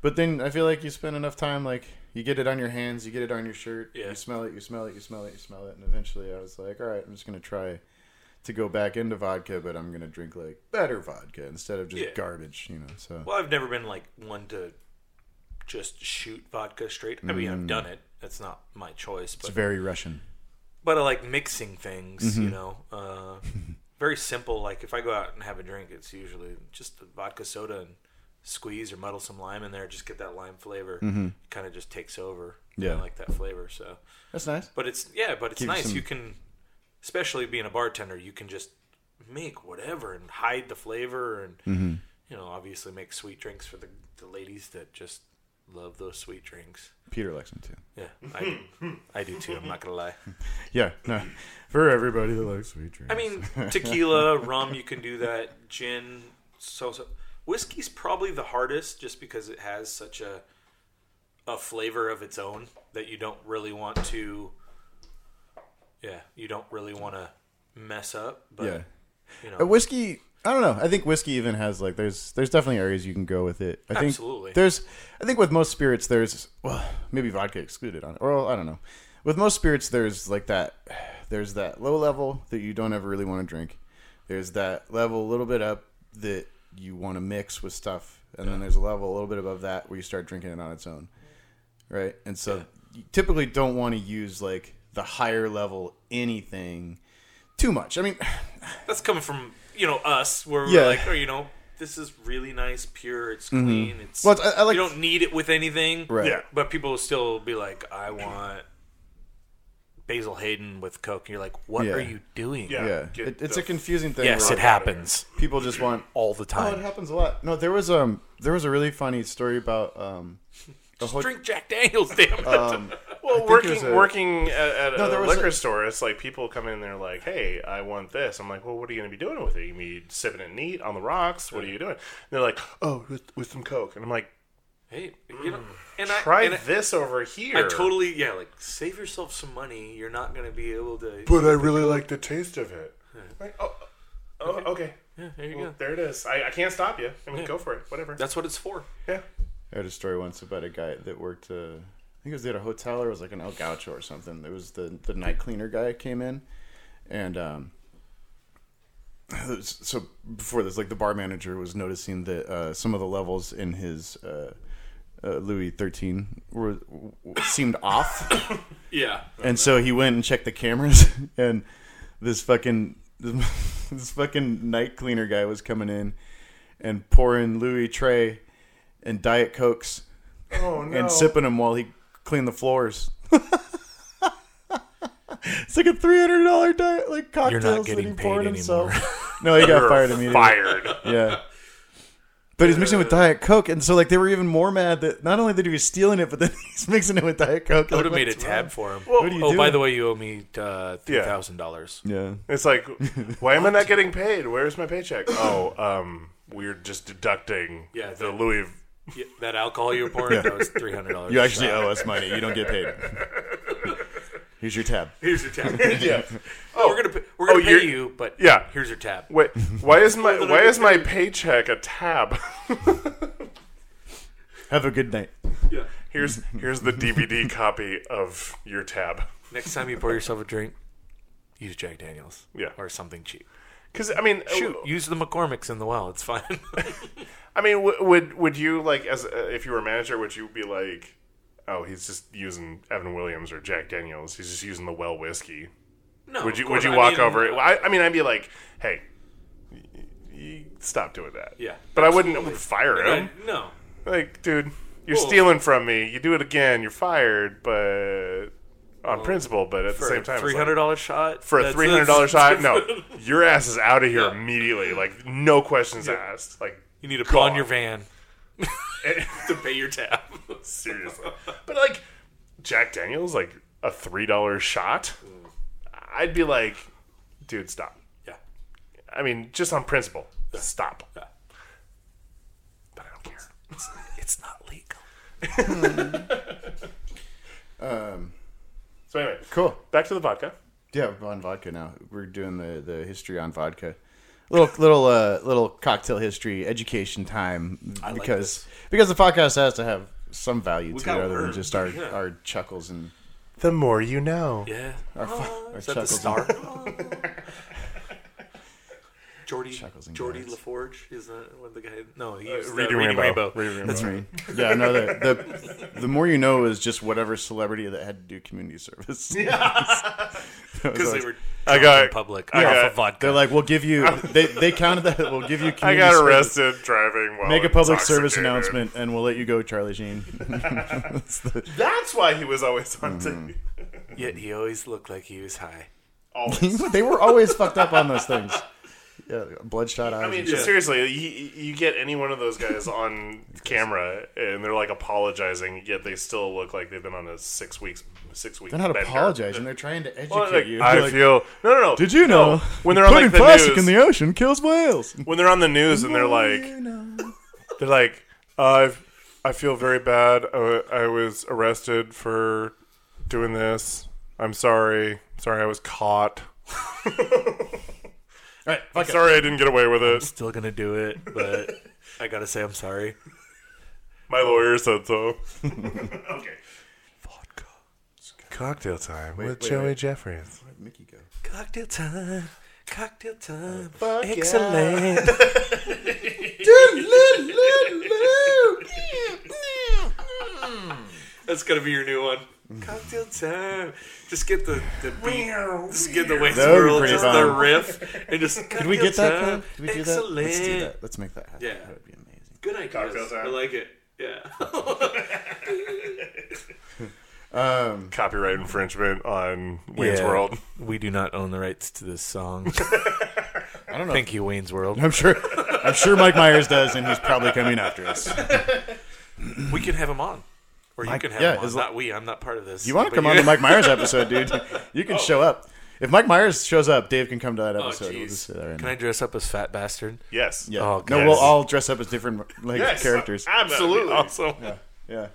C: But then I feel like you spend enough time like you get it on your hands, you get it on your shirt,
D: Yeah.
C: you smell it, you smell it, you smell it, you smell it, and eventually I was like, all right, I'm just gonna try to go back into vodka, but I'm gonna drink like better vodka instead of just
D: Yeah.
C: garbage, you know. So
D: Well, I've never been like one to just shoot vodka straight. I mean,
C: Mm.
D: I've done it. That's not my choice, but
C: it's very Russian.
D: but I like mixing things. You
C: Mm-hmm.
D: know, uh, very simple. Like if I go out and have a drink, it's usually just a vodka soda and squeeze or muddle some lime in there. Just get that lime flavor. Kind of just takes over.
C: Mm-hmm. Yeah.
D: I like that flavor. So,
C: That's nice.
D: but it's yeah, but it's
C: Give you
D: nice.
C: some-
D: You can, especially being a bartender, you can just make whatever and hide the flavor and
C: Mm-hmm.
D: you know obviously make sweet drinks for the the ladies that just love those sweet drinks.
C: Peter likes them too.
D: Yeah, I, I do too. I'm not gonna lie.
C: Yeah, no, for everybody that likes sweet drinks.
D: I mean, tequila, rum, you can do that. Gin, so so. Whiskey's probably the hardest, just because it has such a a flavor of its own that you don't really want to. Yeah, you don't really want to mess up. But
C: yeah,
D: you know,
C: Uh, whiskey. I don't know. I think whiskey even has like there's there's definitely areas you can go with it. I think
D: Absolutely.
C: there's I think with most spirits there's well maybe vodka excluded on it or well, I don't know. With most spirits there's like that there's that low level that you don't ever really want to drink. There's that level a little bit up that you want to mix with stuff, and then there's a level a little bit above that where you start drinking it on its own, right? And so you typically don't want to use like the higher level anything too much. I mean.
D: that's coming from you know us, where
C: Yeah. Mm-hmm.
D: we're like, oh, you know, this is really nice, pure, it's clean, it's.
C: Well, it's- I- I like-
D: you don't need it with anything,
C: Right.
B: Yeah.
D: But people will still be like, I want. Basil Hayden with Coke, and you're like, what
C: Yeah.
D: are you doing?
B: Yeah.
C: Yeah,
B: Get
C: it, it's
B: the
C: a confusing thing.
D: Yes,
C: where
D: it happens
C: People just want.
D: all
C: Oh,
D: the
C: it
D: time.
C: happens a lot. No, there was um, there was a really funny story about um, a ho-
D: Drink Jack Daniels, damn it.
C: Uh,
B: Well,
C: think it was
B: working
C: a-
B: working at, at
C: No, there
B: a
C: was
B: liquor
C: a-
B: store, it's like people come in and they're like, "Hey, I want this." I'm like, "Well, what are you going to be doing with it? You mean sipping it neat on the rocks? What are you doing?" And they're like, "Oh, with, with some Coke." And I'm like,
D: hey, you know, and I,
B: "Try
D: and I-
B: this over here."
D: I totally, yeah, like save yourself some money. You're not gonna be able to.
B: But I really like the taste of it. Like, oh, oh, okay.
D: Yeah, there you
B: Well,
D: go.
B: there it is. I, I can't stop you. I mean, go for it. Whatever.
D: That's what it's for.
B: yeah.
C: I heard a story once about a guy that worked. Uh, I think it was at a hotel or it was like an El Gaucho or something. There was the the night cleaner guy came in, and um, so before this, like the bar manager was noticing that uh, some of the levels in his uh, uh, Louis Thirteen were w- w- seemed off.
D: Yeah.
C: And so he went and checked the cameras, and this fucking this fucking night cleaner guy was coming in and pouring Louis Trey and Diet Cokes
B: Oh no.
C: and sipping them while he cleaned the floors. It's like a three hundred dollar di- like cocktails
D: getting
C: that
D: paid
C: he poured
D: anymore.
C: himself. no, he got fired immediately.
B: Fired.
C: Yeah. But he's mixing it with Diet Coke, and so like they were even more mad that not only that he was stealing it, but then he's mixing it with Diet Coke.
D: I would have
C: Like,
D: made a
C: what's
D: tab for him.
C: What are you
D: oh, by
C: doing?
D: the way, you owe me uh, three thousand dollars.
C: wrong?
B: It's like, why am I not getting paid? Where's my paycheck? Oh, um, we're just deducting
D: Yeah,
B: the
D: that-
B: Louis.
D: Yeah, that alcohol you were pouring that was three hundred dollars.
C: Yeah, you actually owe us money. You don't get paid. Here's your tab.
D: here's your tab. yeah.
B: Oh,
D: We're gonna pay, we're gonna
B: Oh,
D: pay
B: you're-
D: you, but
B: Yeah.
D: here's your tab.
B: Wait, why is my why is my paycheck a tab?
C: Have a good night.
D: Yeah.
B: Here's here's the DVD copy of your tab.
D: Next time you pour yourself a drink, use Jack Daniels.
B: Yeah.
D: Or something cheap.
B: Because I mean,
D: Shoot,
B: w-
D: use the McCormick's in the well. It's fine.
B: I mean, w- would would you like as uh, if you were a manager, would you be like, oh, he's just using Evan Williams or Jack Daniels? He's just using the well whiskey.
D: no.
B: Would
D: of
B: you
D: course.
B: would you
D: I
B: walk
D: mean,
B: over? it? I, I mean, I'd be like, hey, y- y- stop doing that.
D: Yeah,
B: but I wouldn't fire
D: Yeah,
B: him.
D: no.
B: Like, dude, you're
D: Well-
B: stealing from me. You do it again, you're fired. But on principle, but at the
D: For
B: same time, it's like,
D: three hundred dollar shot.
B: for a
D: that's-
B: three hundred dollar
D: that's-
B: shot, no, your ass is out of here
D: Yeah.
B: immediately. Like, no questions asked. Like,
D: You need to pawn
B: Gone.
D: your van to pay your tab.
B: seriously. but like, Jack Daniels, like a three dollar shot,
D: Mm.
B: I'd be like, dude, stop.
D: yeah.
B: I mean, just on principle, stop. But I don't care.
D: It's not legal.
C: Um,
B: So anyway,
C: Cool.
B: back to the vodka.
C: Yeah, we're on vodka now. We're doing the, the history on vodka. Little little uh, little cocktail history education time
D: like
C: because
D: this.
C: because the podcast has to have some value to it
D: gotta
C: other than
D: learn.
C: just our,
D: Yeah.
C: our chuckles and
B: The more you know.
D: Yeah.
C: fu- our
D: Is that the
C: chuckles.
D: star? Jordy
C: Chuckles and
D: Jordy
C: grins.
D: LaForge is that what the guy? No, he was
B: Reading
D: Reading, Reading
B: Rainbow.
D: Rainbow.
B: Reading Rainbow.
C: That's me. Yeah, no. The, the the more you know is just whatever celebrity that had to do community service. Yeah,
D: because they were
B: I got.
D: in public
B: I
D: off
B: got-
D: of vodka.
C: They're like, we'll give you. They they counted that. We'll give you. Community
B: I got
C: service.
B: arrested driving while
C: Make a public service
B: intoxicated.
C: announcement, and we'll let you go, Charlie Sheen. That's the-
B: That's why he was always on TV.
D: Yet he always looked like he was high.
B: Always.
C: they were always fucked up on those things. Yeah, bloodshot eyes.
B: I mean,
C: and shit.
B: seriously, you, you get any one of those guys on camera, and they're like apologizing, yet they still look like they've been on a six weeks six week.
C: they're not
B: bender.
C: apologizing. They're trying to educate
B: Well, like,
C: you.
B: I
C: Like,
B: feel no, no, no.
C: Did you know
B: No, when they're on
C: putting
B: like the
C: plastic
B: news
C: in the ocean kills whales?
B: when they're on the news and they're like,
C: You know.
B: They're like, I've, I feel very bad. Uh, I was arrested for doing this. I'm sorry. Sorry, I was caught.
C: All right, fuck it.
B: Sorry, I didn't get away with it.
D: Still gonna do it, but I gotta say I'm sorry.
B: My lawyer said so. okay. Vodka. Cocktail time with
C: wait,
B: Joey
C: wait.
B: Jeffries.
C: Where'd Mickey go?
D: Cocktail time. Cocktail time.
C: Fuck
D: Excellent. That's gonna be your new one. Cocktail time. Just get the the beat. Just get the
C: That would be
D: whistle,
C: pretty
D: just
C: fun.
D: the riff, and just. Could
C: Did we get that? Clint? Did we do that?
D: Excellent.
C: Let's do that. Let's make that happen.
D: Yeah.
C: That would be amazing.
D: Good ideas.
B: time.
D: I like it. Yeah.
B: Copyright infringement on Wayne's
D: Yeah.
B: World.
D: We do not own the rights to this song.
C: I don't know.
D: Thank you, Wayne's World.
C: I'm sure. I'm sure Mike Myers does, and he's probably coming after us.
D: We can have him on, or you can have
C: yeah,
D: him on.
C: as lo-
D: not we. I'm not part of this.
C: You want
D: But
C: to come on the Mike Myers episode, dude? You can show up. If Mike Myers shows up, Dave can come to that
D: Oh,
C: episode. we'll
D: jeez.
C: just say that right
D: Can
C: now.
D: I dress up as fat bastard?
B: Yes.
C: yeah.
D: Oh,
C: no,
D: yes.
C: we'll all dress up as different like
B: Yes.
C: characters.
B: Absolutely.
D: Awesome.
C: Yeah.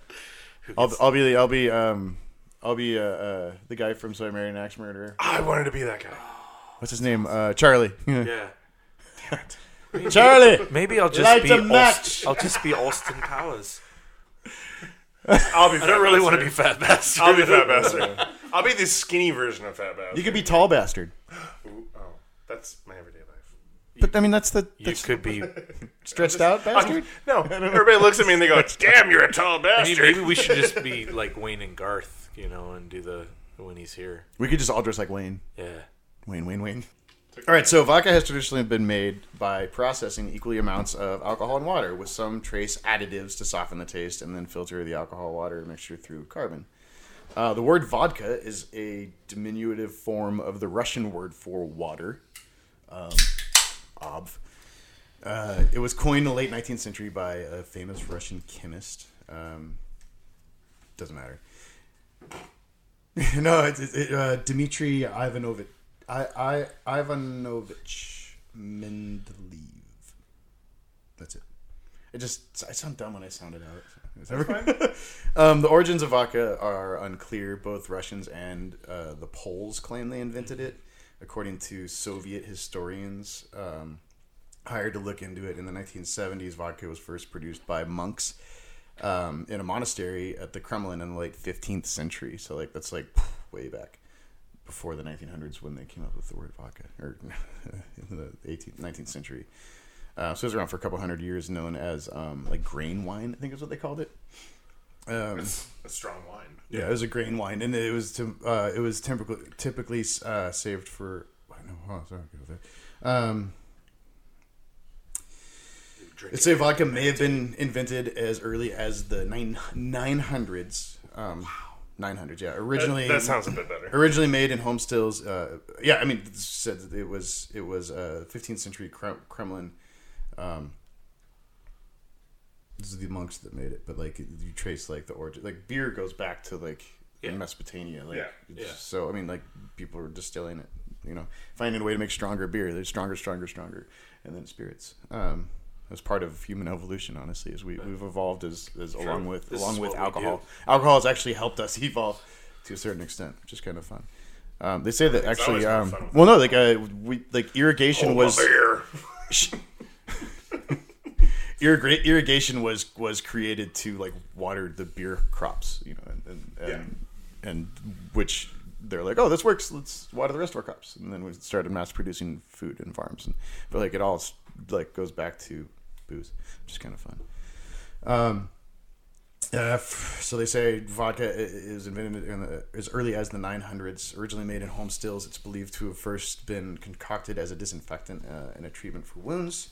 C: I'll, I'll be the I'll be um I'll be uh, uh the guy from So I Married an Axe Murderer.
B: I wanted to be that guy.
C: What's his name? Uh, Charlie.
D: Yeah.
C: Charlie.
D: Maybe I'll just
C: Light
D: be.
C: a
D: Aust-
C: match.
D: I'll just be Austin Powers.
B: I'll be.
D: I don't really want to be fat bastard.
B: I'll be Fat Bastard. I'll be the skinny version of Fat Bastard.
C: You could be tall bastard.
B: Ooh, oh, that's my everyday life.
C: But I mean that's the
D: You
C: that's
D: could be.
C: stretched out bastard.
B: No, everybody looks at me and they go, "Damn, you're a tall
D: Maybe,
B: bastard."
D: maybe we should just be like Wayne and Garth, you know, and do the when he's here.
C: We could just all dress like Wayne.
D: Yeah.
C: Wayne, Wayne, Wayne. All right, so vodka has traditionally been made by processing equally amounts of alcohol and water with some trace additives to soften the taste and then filter the alcohol water mixture through carbon. Uh, the word vodka is a diminutive form of the Russian word for water. Um, ob. Uh, it was coined in the late 19th century by a famous Russian chemist. Um, doesn't matter. no, it's, it's it, uh, Dmitry Ivanovich. I, I Ivanovich Mendeleev. That's it. It just I sound dumb when I sound it out. Is that right? um, the origins of vodka are unclear. Both Russians and uh, the Poles claim they invented it, according to Soviet historians um, hired to look into it. In the 1970s, vodka was first produced by monks um, in a monastery at the Kremlin in the late 15th century. So like that's like way back before the 1900s when they came up with the word vodka, or in the 18th, 19th century. Uh, so it was around for a couple hundred years, known as um, like grain wine, I think is what they called it.
B: A strong wine.
C: Yeah, it was a grain wine, and it was to, uh, it was typically typically uh, saved for. I know, hold on, sorry, I'll go there. Um, it's say vodka may have been invented as early as the nine nine hundreds. Um, Nine hundreds, yeah. Originally,
B: That sounds a bit better.
C: originally made in home stills. Uh, yeah, I mean, it said that it was it was uh, 15th century Krem- Kremlin. Um, this is the monks that made it, but like you trace like the origin, like beer goes back to like
D: Yeah.
C: Mesopotamia. Like,
B: Yeah.
C: it's-
D: Yeah.
C: So I mean, like people are distilling it, you know, finding a way to make stronger beer. They're stronger, stronger, stronger, and then spirits. Um, that's part of human evolution, honestly, is we, we've evolved as, as along with
D: This
C: along
D: is
C: with
D: what we
C: alcohol.
D: do.
C: Alcohol has actually helped us evolve to a certain extent, which is kind of fun. Um, they say that actually,
B: always been
C: um,
B: fun Oh, with
C: well, no, like uh, we like irrigation was
B: beer.
C: irrigra- irrigation was was created to like water the beer crops, you know, and and, and, and which they're like, oh, this works. Let's water the rest of our crops, and then we started mass producing food in farms, and but like it all s- like goes back to booze, which is kind of fun. Uh, f- so they say vodka i- is invented in the, as early as the 900s. Originally made in home stills, it's believed to have first been concocted as a disinfectant uh, and a treatment for wounds.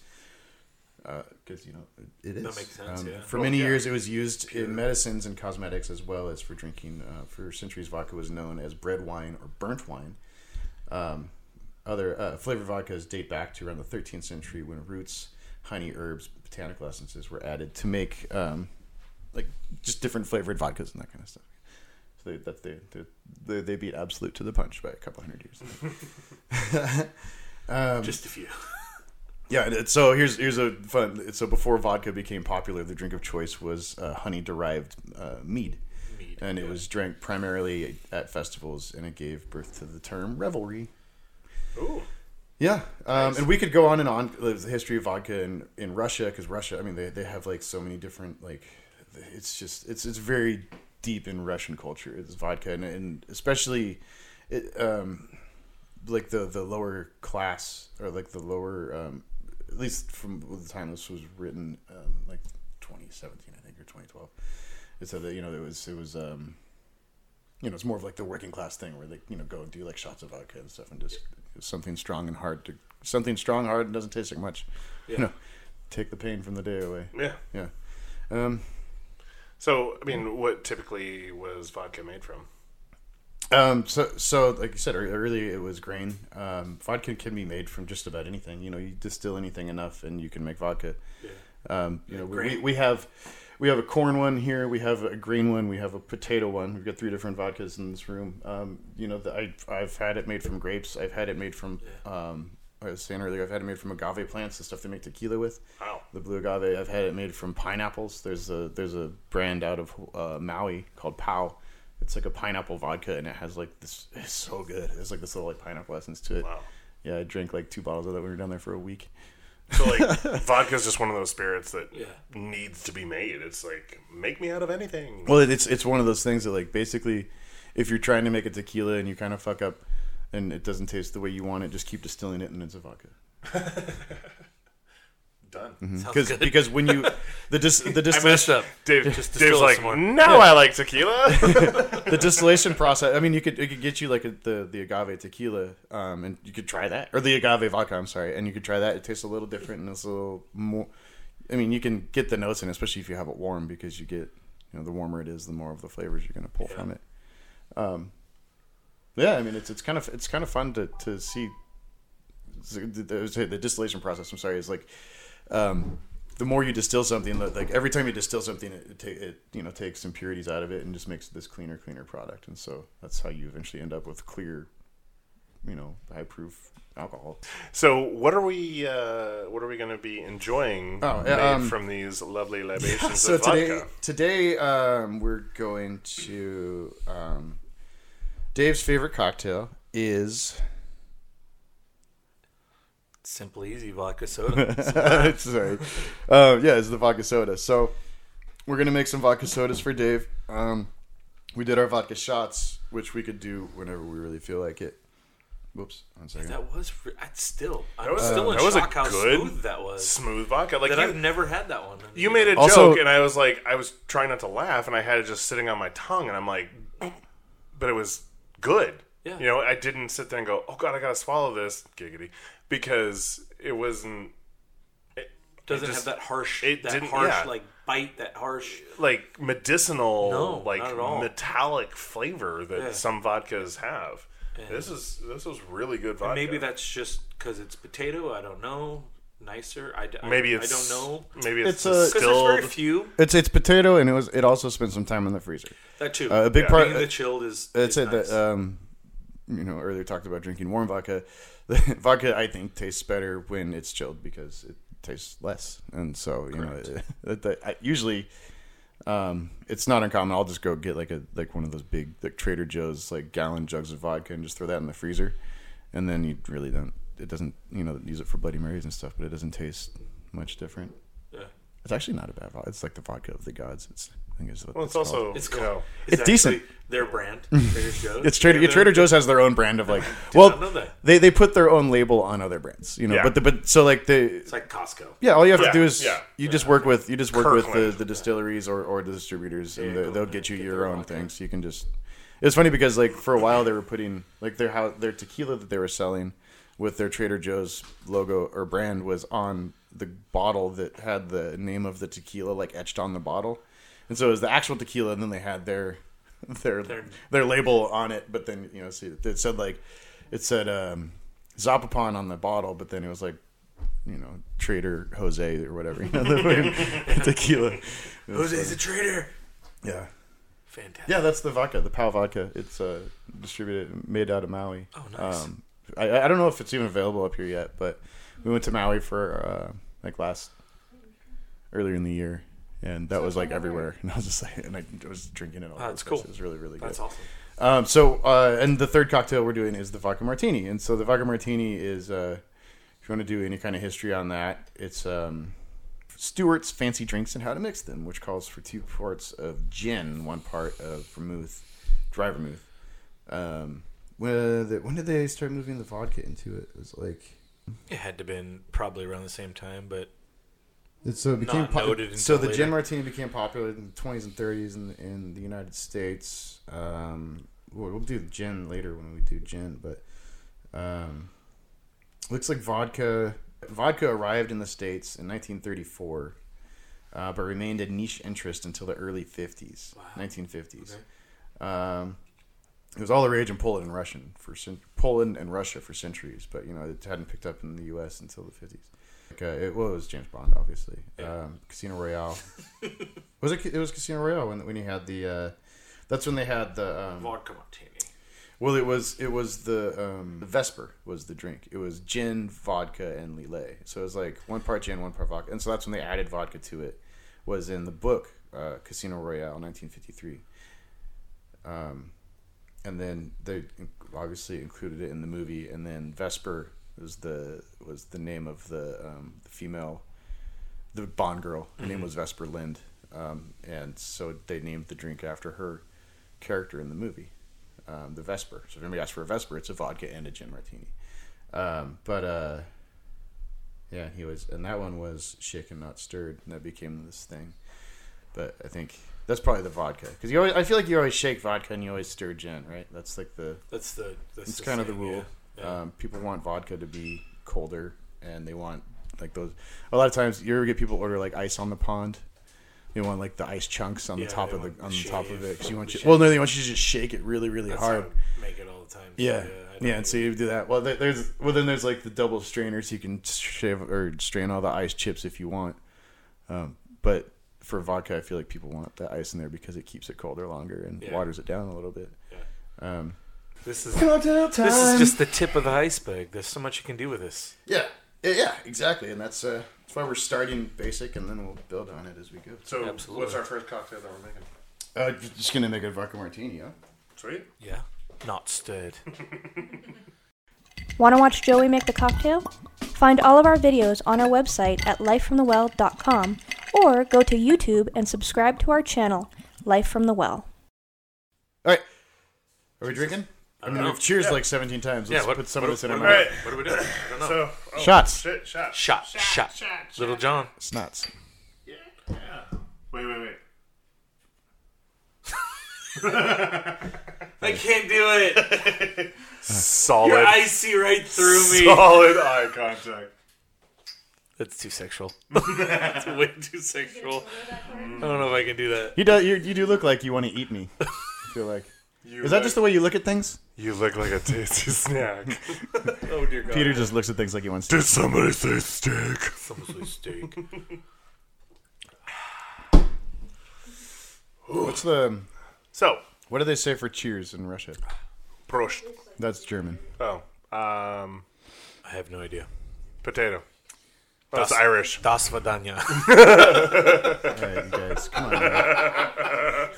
C: Because you know it is. Um,
D: makes sense, yeah.
C: For many years, it was used in medicines and cosmetics as well as for drinking. Uh, for centuries, vodka was known as bread wine or burnt wine. Um, other uh, flavored vodkas date back to around the 13th century when roots, honey, herbs, botanical essences were added to make um, like just different flavored vodkas and that kind of stuff. So they, that's they, they, they they beat absolute to the punch by a couple hundred years. um,
D: Just a few.
C: Yeah, and it- so here's here's a fun. So before vodka became popular, the drink of choice was uh, honey derived uh, mead.
D: Mead,
C: and it was drank primarily at festivals, and it gave birth to the term revelry.
B: Ooh.
C: Yeah, um, and we could go on and on with the history of vodka in, in Russia because Russia, I mean, they, they have like so many different like, it's just it's it's very deep in Russian culture. It's vodka and, and especially, it, um, like the the lower class or like the lower, um, at least from the time this was written, um, like 2017 I think or 2012. It said that you know it was it was. Um, you know, it's more of like the working class thing where they, you know, go and do like shots of vodka and stuff and just something strong and hard to something strong, hard and doesn't taste like much. You know, take the pain from the day away.
B: Yeah.
C: Yeah. Um,
B: So, I mean, what typically was vodka made from?
C: um, so, so like you said ear- earlier, it was grain. Um, vodka can be made from just about anything. You know, you distill anything enough and you can make vodka. Um, you know, we, we,
D: grain.
C: we have we have a corn one here, we have a green one, we have a potato one. We've got three different vodkas in this room. Um, you know, the, I I've had it made from grapes. I've had it made from um, I was saying earlier, I've had it made from agave plants, the stuff they make tequila with.
B: Wow.
C: The blue agave. I've had it made from pineapples. There's a there's a brand out of uh, Maui called Pow. It's like a pineapple vodka, and it has like this. It's so good. It's like this little like pineapple essence to it.
B: Wow.
C: Yeah, I drank like two bottles of that when we were down there for a week.
B: So, like, vodka is just one of those spirits that
D: Yeah.
B: needs to be made. It's like, make me out of anything.
C: Well, it- it's it's one of those things that like basically, if you're trying to make a tequila and you kind of fuck up, and it doesn't taste the way you want it, just keep distilling it and it's a vodka.
B: Done.
C: Because because when you the dis, the
D: I
C: dis,
D: messed up.
B: Dave,
D: Just distill
B: Dave's
D: us
B: like,
D: some more.
B: now I like tequila.
C: the distillation process. I mean, you could it could get you like a, the the agave tequila, um, and you could try that or the agave vodka. I'm sorry, and you could try that. It tastes a little different and it's a little more. I mean, you can get the notes in, especially if you have it warm, because you get you know the warmer it is, the more of the flavors you're going to pull from it. Um, yeah, I mean it's it's kind of it's kind of fun to to see the, the, the distillation process. I'm sorry, is like um, the more you distill something, like like, every time you distill something, it, it, ta- it you know takes impurities out of it and just makes this cleaner, cleaner product. And so that's how you eventually end up with clear, you know, high proof alcohol.
B: So what are we uh, what are we going to be enjoying
C: Oh,
B: made
C: yeah, um,
B: from these lovely libations of
C: so today,
B: vodka?
C: today um, we're going to um, Dave's favorite cocktail is
D: Simple easy vodka soda.
C: sorry, uh, yeah, it's the vodka soda. So we're gonna make some vodka sodas for Dave. Um, we did our vodka shots, which we could do whenever we really feel like it. Whoops, one second.
D: that was re- I'd still I'm
B: That was-
D: still in
B: Um, that was a
D: shock how
B: good-
D: smooth that was.
B: Smooth vodka. Like
D: That I've
B: you,
D: never had that one.
B: you made a
C: Also-
B: joke, and I was like, I was trying not to laugh, and I had it just sitting on my tongue, and I'm like, but it was good.
D: Yeah.
B: You know, I didn't sit there and go, oh god, I got to swallow this giggity because it wasn't
D: doesn't
B: it just-
D: have that harsh
B: it
D: that
B: didn't-
D: harsh
B: yeah.
D: like bite that harsh
B: like medicinal,
D: No,
B: like
D: not at all.
B: metallic flavor that
D: Yeah.
B: some vodkas have. This is this was really good vodka.
D: Maybe that's just because it's potato. I don't know. Nicer. I, d- I-
B: maybe it's
D: I don't know.
B: Maybe
C: It's
B: it's,
C: a- 'Cause
D: Because there's very
B: distilled.
D: few.
C: It's it's potato, and it was it also spent some time in the freezer.
D: That too.
C: Uh, a big
B: Yeah.
C: part.
D: Being the chilled is.
C: I'd
D: is
C: say
D: nice.
C: that um, you know earlier talked about drinking warm vodka. vodka, I think, tastes better when it's chilled because it tastes less, and so you know that, that, I, usually um, it's not uncommon. I'll just go get like a like one of those big like Trader Joe's like gallon jugs of vodka and just throw that in the freezer, and then you really don't. It doesn't you know use it for Bloody Marys and stuff, but it doesn't taste much different.
D: Yeah.
C: It's actually not a bad vodka. It's like the vodka of the gods. It's I think it's what
B: Well, it's,
C: it's, called.
B: also
D: It's
B: you
D: cool.
B: know,
C: It's decent.
D: actually Their brand. Trader Joe's.
C: It's Trader
D: Yeah,
C: Trader
D: they're-
C: Joe's has their own brand of like
D: not know
C: well
D: that.
C: they they put their own label on other brands you know
B: Yeah.
C: but the, but so like the
D: It's like Costco.
C: yeah all you have
B: Yeah,
C: to do is
B: yeah.
C: you just work with you just work with
B: Kirkland.
C: the, the distilleries or, or the distributors and
D: Yeah,
C: they,
D: go
C: they'll
D: there,
C: get you
D: get
C: your
D: their
C: own
D: vodka.
C: things you can just it's funny because like for a while they were putting like their how their tequila that they were selling with their Trader Joe's logo or brand was on the bottle that had the name of the tequila like etched on the bottle and so it was the actual tequila and then they had their their their, label on it but then you know see it said like it said um Zapopan on the bottle but then it was like you know Trader Jose or whatever you know the tequila
D: Jose's a trader.
C: yeah
D: Fantastic.
C: yeah that's the vodka the Pau vodka it's uh distributed made out of Maui
D: Oh, nice.
C: um I- I, I don't know if it's even available up here yet but we went to Maui for uh like last earlier in the year and that was like everywhere and I was just like and I was drinking it all over
D: Ah, that's
C: the place.
D: cool.
C: it was really really good
D: That's awesome.
C: um, so, uh, and the third cocktail we're doing is the vodka martini. And so the vodka martini is, uh, if you want to do any kind of history on that, it's um, Stewart's Fancy Drinks and How to Mix Them, which calls for two parts of gin, one part of vermouth, dry vermouth. Um, when, when did they start moving the vodka into it? It was like,
D: It had to been probably around the same time, but
C: it's so it became
D: Not
C: po-
D: noted
C: so
D: until
C: the
D: later.
C: gin martini became popular in the 20s and 30s in the, in the United States. Um, we'll, we'll do gin later when we do gin, but um, looks like vodka vodka arrived in the states in 1934, uh, but remained a niche interest until the early 50s, 1950s. Um, it was all the rage in Poland and Russian for cen- Poland and Russia for centuries, but you know it hadn't picked up in the U.S. until the 50s. Like, uh, it, well, it was James Bond, obviously. Um, Casino Royale was it? It was Casino Royale when when he had the. Uh, that's when they had the um,
D: vodka martini.
C: well, it was it was the um, the Vesper was the drink. It was gin, vodka, and lillet. So it was like one part gin, one part vodka, and so that's when they added vodka to it. Was in the book uh, Casino Royale, 1953. Um, and then they in- obviously included it in the movie. And then Vesper was the was the name of the um, the female, the Bond girl. Her name was Vesper Lind, um, and so they named the drink after her character in the movie um, the Vesper. So if anybody asks for a Vesper, it's a vodka and a gin martini. Um, but uh, yeah, he was, and that one was shaken, not stirred, and that became this thing. But I think that's probably the vodka because you always, I feel like you always shake vodka and you always stir gin, right? That's like the
D: That's the. That's
C: it's kind of the
D: thing,
C: rule.
D: yeah. Yeah.
C: Um, people want vodka to be colder, and they want like those. A lot of times, you ever get people order like ice on the pond. They want like the ice chunks on
D: Yeah,
C: the top
D: they
C: of the
D: want
C: on
D: the
C: the top of
D: shave.
C: it. 'cause you want you,
D: Shave.
C: well, no, they want you to just shake it really, really
D: That's
C: hard.
D: how I make it all the time. so,
C: Yeah,
D: I don't
C: yeah, and so you do that. Well, there- there's well then there's like the double strainers. You can shave or strain all the ice chips if you want. Um, but for vodka, I feel like people want the ice in there because it keeps it colder longer and
D: Yeah.
C: waters it down a little bit. Um,
D: even- This is this is just the tip of the iceberg. There's so much you can do with this.
C: yeah, yeah, yeah, exactly. And that's uh, that's why we're starting basic, and then we'll build on it as we go.
B: So,
D: Absolutely.
B: what's our first cocktail that we're making?
C: Uh, j- just gonna make a vodka martini. Huh?
B: Sweet.
D: Yeah, not stirred.
E: Want to watch Joey make the cocktail? Find all of our videos on our website at lifefromthewell.com or go to YouTube and subscribe to our channel, Life from the Well.
C: All right, are we drinking? I mean,
D: know.
C: we've cheers like 17 times. Let's
D: yeah, what,
C: put some
D: what,
C: of this in our
D: what,
C: mouth.
D: what,
B: mouth.
D: What are we doing? I don't know.
B: So, oh,
C: Shots.
B: Shit, shot.
D: shot, shot, Little John.
C: Snots.
B: Wait, wait, wait.
D: I can't do it.
B: Solid.
D: You're icy right through me.
B: Solid eye contact.
D: That's too sexual. That's way too sexual. I don't know if I can do that.
C: You do you, you do look like you want to eat me. I feel like.
B: You
C: Is that
B: look-
C: just the way you look at things?
B: You look like a tasty snack.
D: Oh dear God.
C: Peter just looks at things like he wants to.
B: Did somebody say steak?
D: steak.
C: What's the
B: So,
C: what do they say for cheers in Russia?
B: prost.
C: That's German.
B: Oh, um,
D: I have no idea.
B: potato. Oh, it's Irish.
D: Das Vadanya.
C: All right, you guys, come on. man.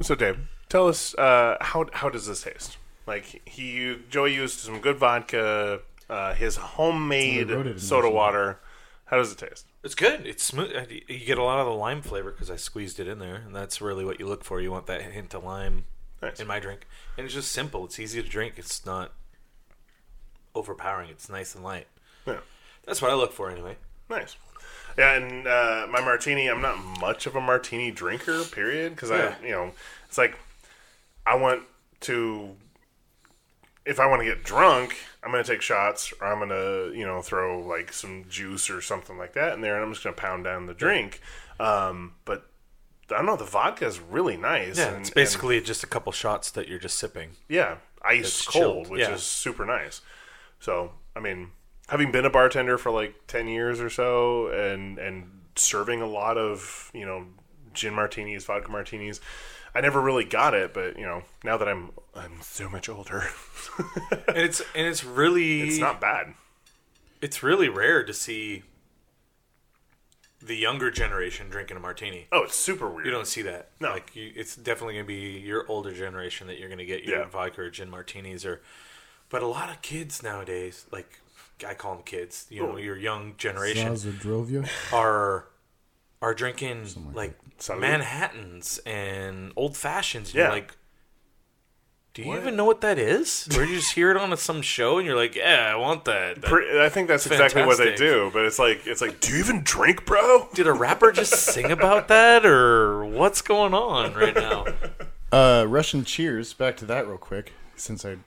B: So, Dave, tell us uh, how how does this taste? Like he, Joey used some good vodka, uh, his homemade
C: I wrote it in
B: soda
C: this.
B: water. How does it taste?
D: it's good. It's smooth. Uh, You get a lot of the lime flavor because I squeezed it in there, and that's really what you look for. You want that hint of lime
B: Nice.
D: in my drink, and it's just simple. It's easy to drink. It's not overpowering. It's nice and light.
B: Yeah,
D: That's what I look for anyway.
B: nice. Yeah, and uh, my martini. I'm not much of a martini drinker, period. Because
D: Yeah.
B: I, you know, it's like I want to. If I want to get drunk, I'm gonna take shots, or I'm gonna, you know, throw like some juice or something like that in there, and I'm just gonna pound down the drink. Um, but I don't know. The vodka is really nice.
D: Yeah,
B: and-
D: it's
B: and-
D: basically just a couple shots that you're just sipping.
B: yeah, ice
D: It's
B: cold,
D: chilled,
B: which
D: yeah.
B: is super nice. So, I mean, having been a bartender for like 10 years or so and and serving a lot of, you know, gin martinis, vodka martinis, I never really got it, but, you know, now that I'm I'm so much older,
D: And it's and it's really
B: it's not bad.
D: it's really rare to see the younger generation drinking a martini.
B: Oh, it's super weird.
D: You don't see that.
B: No.
D: Like you, it's definitely going to be your older generation that you're going to get your
B: Yeah.
D: vodka or gin martinis or but a lot of kids nowadays, like I call them kids, you know, your young generation are are drinking like
B: Salud.
D: Manhattans and old fashions. And
B: Yeah.
D: You're like do you even know what that is? Or you just hear it on some show and you're like, "Yeah, I want that." That-
B: Pre- I think that's exactly what they
D: fantastic.
B: do, but it's like it's like, do you even drink, bro?
D: Did a rapper just sing about that, or what's going on right now?
C: Uh, Russian cheers. Back to that real quick, since I,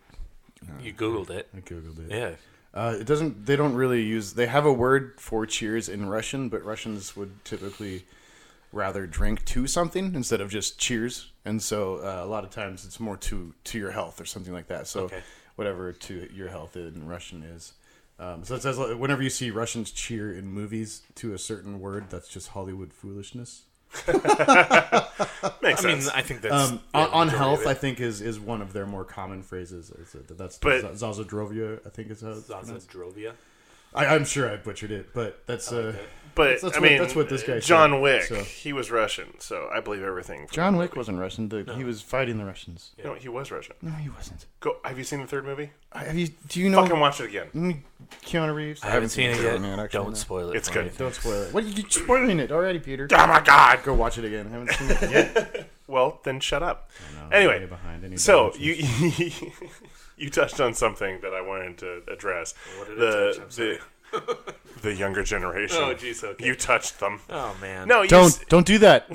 D: You googled it.
C: I googled it.
D: Yeah.
C: Uh, it doesn't. They don't really use. They have a word for cheers in Russian, but Russians would typically rather drink to something instead of just cheers. And so uh, a lot of times it's more to to your health or something like that. So
D: Okay.
C: whatever to your health in Russian is. Um, so it says like, whenever you see Russians cheer in movies to a certain word, that's just Hollywood foolishness.
B: Makes
D: I mean,
B: sense.
D: I think that's
C: Um,
D: yeah,
C: on, on
D: majority of
C: health,
D: it.
C: I think is is one of their more common phrases. Is that- That's
B: But-
C: Zazadrovia, I think is how it's pronounced.
D: Zazdrovia.
C: I, I'm sure I butchered it, but that's uh,
B: but
C: that's- that's
B: I
C: what-
B: mean,
C: that's what this guy
B: John
C: said,
B: Wick,
C: so.
B: he was Russian, so I believe everything.
C: John Wick wasn't Russian. The, He was fighting the Russians.
B: No, he was Russian.
C: No, he wasn't.
B: Go. Have you seen the third movie?
C: I, have you? Do
D: Oh.
C: you know
B: Fucking watch it again.
C: mm, Keanu Reeves?
D: I haven't seen it yet.
C: actually,
D: Don't
C: no.
D: spoil it.
B: It's
D: for
B: good.
D: me.
C: Don't spoil it. What are you you're spoiling it already, Peter?
B: Oh my god.
C: Go watch it again. I haven't seen it yet.
B: Well, then shut up.
C: No, way
B: anyway,
C: behind any
B: so
C: dimensions.
B: you you touched on something that I wanted to address.
D: What did I touch? I'm
B: the the, the younger generation.
D: Oh, geez, okay.
B: You touched them.
D: Oh man.
B: No, you s-
C: don't don't do that,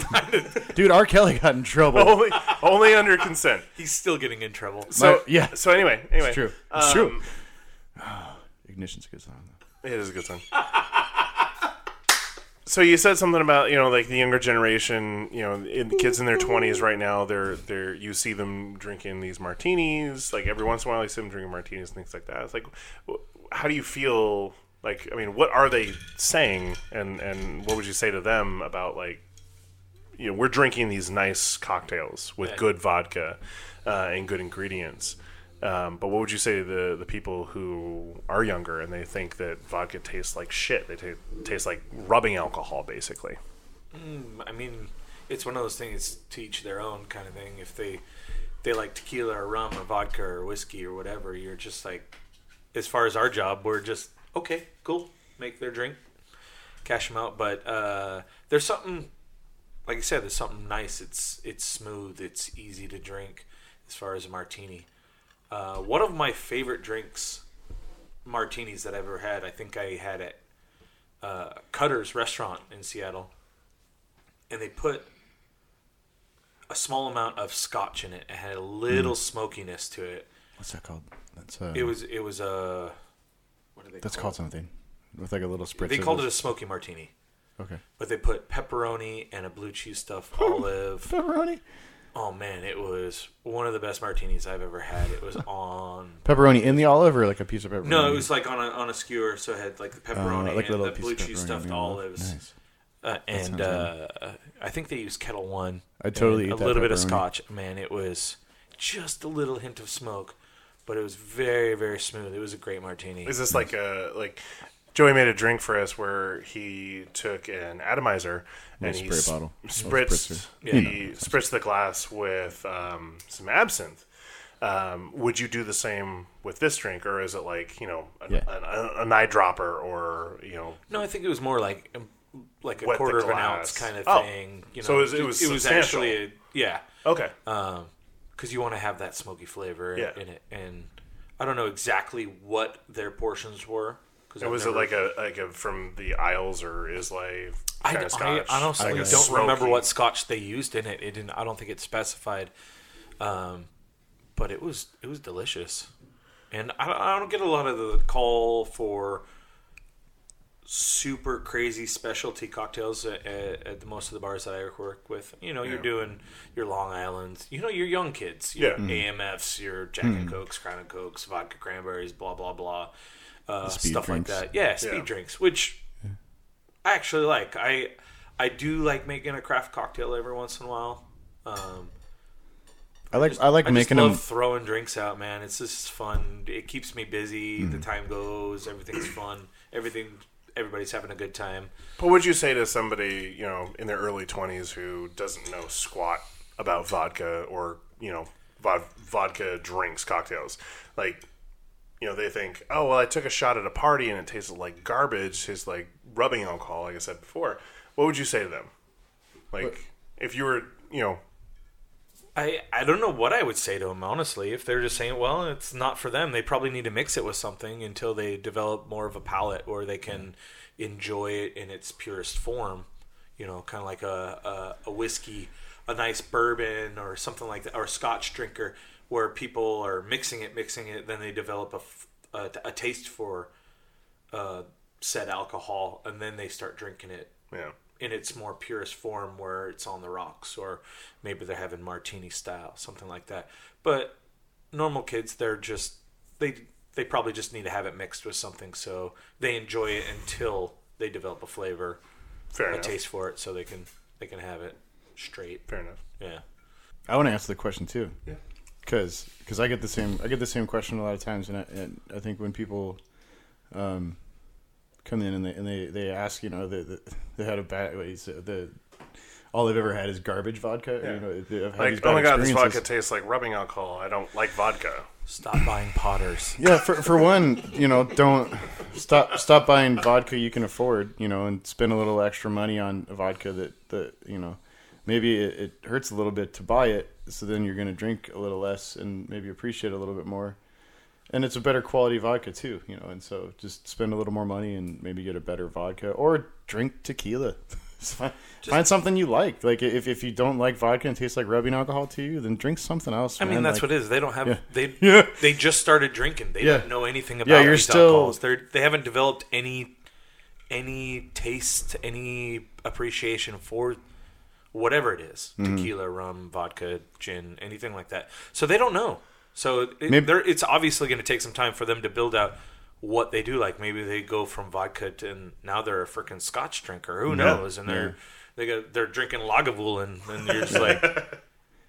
C: dude. R. Kelly got in trouble.
D: Oh,
B: only only under consent.
D: he's still getting in trouble.
B: So
C: My- yeah.
B: So anyway, anyway,
C: It's true. It's true.
B: um,
C: Ignition's good song. though.
B: It is a good song. so you said something about you know like the younger generation, you know, in, the kids in their twenties right now. They're they're you see them drinking these martinis. Like every once in a while, you see them drinking martinis and things like that. It's like, wh- how do you feel? Like, I mean, what are they saying? And and what would you say to them about like, you know, we're drinking these nice cocktails with good vodka uh, and good ingredients. Um, but what would you say to the, the people who are younger and they think that vodka tastes like shit? They ta taste like rubbing alcohol, basically.
D: I mean, it's one of those things to each their own kind of thing. If they they like tequila or rum or vodka or whiskey or whatever, you're just like, as far as our job, we're just okay, cool, make their drink, cash them out. But uh, there's something, like I said, there's something nice. It's it's smooth. It's easy to drink. As far as a martini, uh, one of my favorite drinks, martinis that I've ever had. I think I had at uh, Cutter's restaurant in Seattle and they put a small amount of scotch in it. It had a
C: Mm.
D: little smokiness to it.
C: What's that called? That's uh,
D: It was it was a what did they
C: that's
D: call
C: called something with like a little
D: it?
C: spritz.
D: They
C: of
D: called it a
C: this-
D: smoky martini,
C: okay.
D: but they put pepperoni and a blue cheese stuff olive.
C: Pepperoni.
D: Oh man, it was one of the best martinis I've ever had. It was on
C: Pepperoni in the olive or like a piece of pepperoni. Oh,
D: no, it was like on a on a skewer, so it had like the pepperoni and the blue cheese
C: pepperoni in
D: stuffed
C: the olive.
D: olives.
C: Nice.
D: uh, and
C: sounds
D: uh, I think they used Kettle One.
C: I'd totally
D: and
C: eat
D: a
C: that
D: little bit of
C: pepperoni.
D: scotch. Man, it was just a little hint of smoke, but it was very very smooth. It was a great martini.
B: Is this like a like Joey made a drink for us where he took an atomizer and
C: Little
B: he
C: spray
B: sp-
C: bottle. Little
B: spritzed
C: spritzer.
B: he spritzed the glass with um, some absinthe. Um, would you do the same with this drink, or is it like you know an,
C: Yeah.
B: an, an eyedropper or you know
D: No, I think it was more like um, like a
B: Wet the
D: quarter of an
B: glass.
D: ounce kind of
B: Oh.
D: thing. You know,
B: So it was- it was substantial.
D: actually a, yeah,
B: okay?
D: Uh, because you want to have that smoky flavor
B: Yeah.
D: in it. And I don't know exactly what their portions were. Cause I've
B: was it
D: never-
B: like a like a from the Isles or Islay
D: I,
B: kind of
D: I
B: scotch?
D: honestly
B: Like a
D: don't remember
B: smoky-
D: what scotch they used in it. It didn't. I don't think it specified. Um, but it was it was delicious, and I, don't- I don't get a lot of the call for super crazy specialty cocktails at, at, at the most of the bars that I work with. You know, you're doing your Long Islands. You know, your young kids. Your
B: Yeah.
C: Mm-hmm.
D: AMFs, your Jack and Cokes, Crown and Cokes, vodka cranberries, blah blah blah. Uh,
C: speed
D: stuff
C: drinks.
D: like that. Yeah, speed
B: Yeah.
D: drinks, which I actually like. I I do like making a craft cocktail every once in a while. Um,
C: I like I like
D: I
C: making
D: just
C: them.
D: love throwing drinks out, man. It's just fun. It keeps me busy.
C: Hmm.
D: The time goes. Everything's fun. Everything. Everybody's having a good time.
B: But would you say to somebody, you know, in their early 20s who doesn't know squat about vodka or, you know, vod- vodka drinks, cocktails, like, you know, they think, oh, well, I took a shot at a party and it tasted like garbage, tastes like rubbing alcohol, like I said before. What would you say to them? Like, if you were, you know,
D: I, I don't know what I would say to them, honestly. If they're just saying, well, it's not for them, they probably need to mix it with something until they develop more of a palate where they can enjoy it in its purest form. You know, kind of like a, a, a whiskey, a nice bourbon or something like that, or a scotch drinker where people are mixing it, mixing it, then they develop a, f- a- a taste for uh, said alcohol and then they start drinking it
B: yeah.
D: in its more purest form where it's on the rocks or maybe they're having martini style something like that but normal kids they're just they they probably just need to have it mixed with something so they enjoy it until they develop a flavor
B: Fair
D: a
B: enough.
D: taste for it so they can they can have it straight
B: Fair enough.
D: yeah
C: I want to answer the question too. Yeah. Because I get the same I get the same question a lot of times, and I, and I think when people um, come in and they and they, they ask, you know, they, they, they had a bad what you said, the all they've ever had is garbage vodka. You know, they- I've had these
B: Like,
C: bad
B: oh my God, this
C: experiences.
B: vodka tastes like rubbing alcohol. I don't like vodka.
D: stop buying potters
C: Yeah, for for one, you know, don't stop stop buying vodka you can afford, you know, and spend a little extra money on vodka that that you know, maybe it, it hurts a little bit to buy it, so then you're gonna drink a little less and maybe appreciate it a little bit more, and it's a better quality vodka too, you know, and so just spend a little more money and maybe get a better vodka or drink tequila. Just Find, find something you like. Like if, if you don't like vodka and it tastes like rubbing alcohol to you, then drink something else.
D: I mean,
C: man.
D: that's
C: Like-
D: what it is. They don't have they
C: Yeah.
D: they just started drinking. They
C: Yeah.
D: don't know anything about
C: Yeah, you're
D: these
C: still-
D: alcohols. They're they haven't developed any any taste, any appreciation for whatever it is
C: Mm-hmm.
D: tequila, rum, vodka, gin, anything like that. So they don't know. So it,
C: Maybe-
D: they're- it's obviously going to take some time for them to build out what they do like. Maybe they go from vodka to and now they're a freaking scotch drinker. Who knows? And they're they got, they're drinking Lagavulin, and you're just like
C: I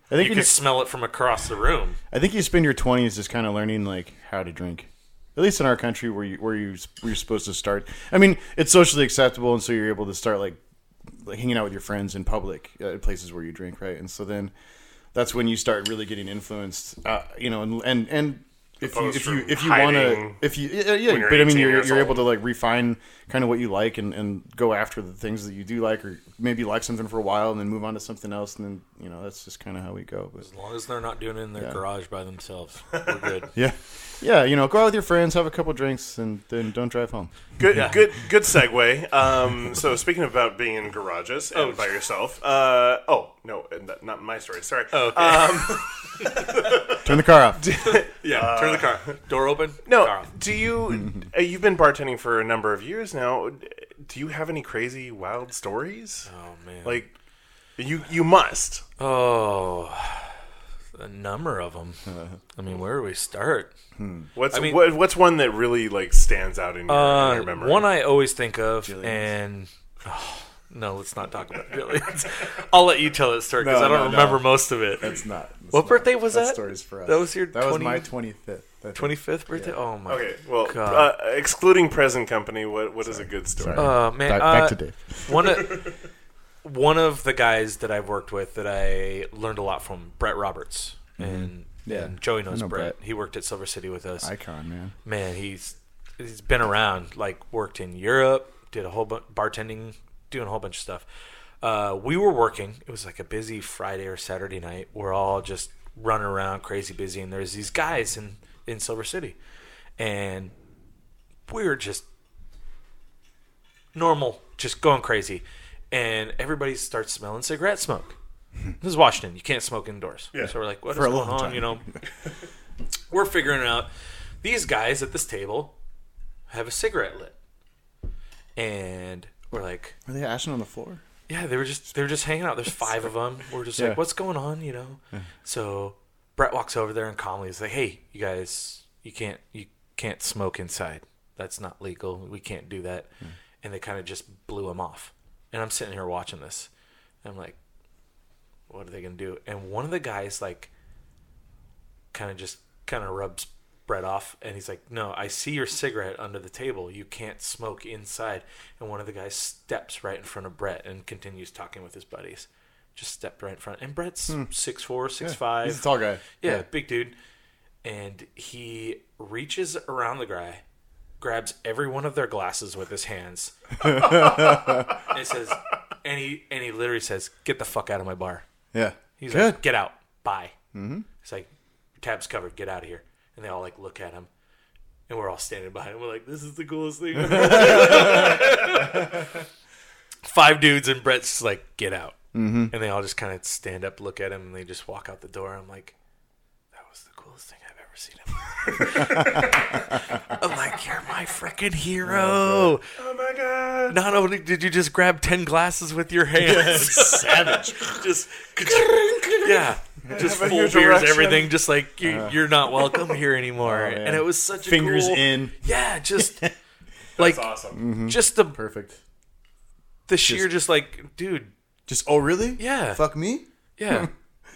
C: think
D: you
C: you
D: can smell it from across the room.
C: I think you spend your twenties just kind of learning like how to drink. At least in our country, where you where you where you're supposed to start. I mean, it's socially acceptable, and so you're able to start like, like hanging out with your friends in public uh, places where you drink, right? And so then that's when you start really getting influenced, uh, you know, and and and. If you,
B: Opposed
C: if you
B: from
C: if you want to
B: hiding
C: if you yeah, yeah
B: you're
C: but I mean
B: 18
C: you're,
B: years
C: you're
B: old.
C: able to like refine kind of what you like and, and go after the things that you do like or maybe like something for a while and then move on to something else and then you know that's just kind of how we go but
D: As long as they're not doing it in their garage by themselves, we're good.
C: yeah. Yeah, you know, go out with your friends, have a couple drinks, and then don't drive home.
B: Good, good, good segue. Um, so speaking about being in garages
D: Oh.
B: and by yourself. Uh, oh no, and that- not my story. Sorry.
D: Oh, Okay.
C: Turn the car off.
D: yeah. turn the car. Door open.
B: Uh, No.
D: Car.
B: Do you? uh, You've been bartending for a number of years now. Do you have any crazy, wild stories?
D: Oh man.
B: Like, you you must.
D: Oh, a number of them. I mean, where do we start?
B: What's
D: mean-
B: what, what's one that really like stands out in your, in
D: Uh,
B: your memory?
D: one I always think of, and oh, no, let's not talk about Jillian's. I'll let you tell it, sir, because
C: No,
D: I don't
C: no, no.
D: remember most of it.
C: It's not. that's
D: what
C: not-
D: birthday was
C: that
D: that?
C: story's for us.
D: That was your
C: That was
D: 20
C: my 25th. I think.
D: 25th birthday. Oh my.
B: okay. Well,
D: God.
B: uh, excluding present company, what what is a good story?
D: Uh, man,
C: Back,
D: uh,
C: back to Dave.
D: one of one of the guys that I've worked with that I learned a lot from, Brett Roberts, and,
C: Mm-hmm. Yeah,
D: and Joey knows
C: know Brett.
D: Brett. He worked at Silver City with us.
C: Icon, man.
D: man, he's he's been around, like worked in Europe, did a whole bunch bartending, doing a whole bunch of stuff. Uh, we were working. It was like a busy Friday or Saturday night. We're all just running around, crazy busy, and there's these guys in in Silver City, and we were just normal, just going crazy, and everybody starts smelling cigarette smoke. This is Washington. You can't smoke indoors. So we're like, what is
C: Hmm. For a
D: going
C: long
D: on?
C: time.
D: You know, we're figuring it out. These guys at this table have a cigarette lit, and we're like,
C: Were they ashing on the floor?
D: yeah, they were just they were just hanging out. There's five of them. We're just
C: Yeah.
D: like, what's going on? You know. So Brett walks over there and calmly is like, hey, you guys, you can't you can't smoke inside. That's not legal. We can't do that. And they kind of just blew him off. And I'm sitting here watching this. I'm like, what are they gonna do? And one of the guys like kind of just kind of rubs Brett off, and he's like, "No, I see your cigarette under the table. You can't smoke inside." And one of the guys steps right in front of Brett and continues talking with his buddies. Just stepped right in front, and Brett's six four, six five.
C: Hmm. He's a tall guy.
D: Yeah, big dude. And he reaches around the guy, grabs every one of their glasses with his hands, and says, and he and he literally says, "Get the fuck out of my bar."
C: Yeah.
D: He's
C: Good.
D: like, get out. Bye. Mm-hmm. It's like, tab's covered. Get out of here. And they all like look at him. And we're all standing behind him. We're like, this is the coolest thing. ever." Five dudes and Brett's just like, get out. Mm-hmm. And they all just kind of stand up, look at him, and they just walk out the door. I'm like, that was the coolest thing I've ever seen. in my life." I'm like, you're my freaking hero.
B: oh my god!
D: Not only did you just grab 10 glasses with your hands, savage. just, yeah. Just
B: a
D: full
B: huge
D: beers,
B: erection.
D: everything. Just like, you, you're not welcome here anymore.
C: Uh-huh. Oh, man.
D: and it was such a
C: Fingers
D: cool-
C: in.
D: Yeah, just like,
B: Awesome.
D: just the,
C: Perfect.
D: the sheer, just like, dude,
C: Just, oh, really?
D: Yeah.
C: Fuck me?
D: yeah.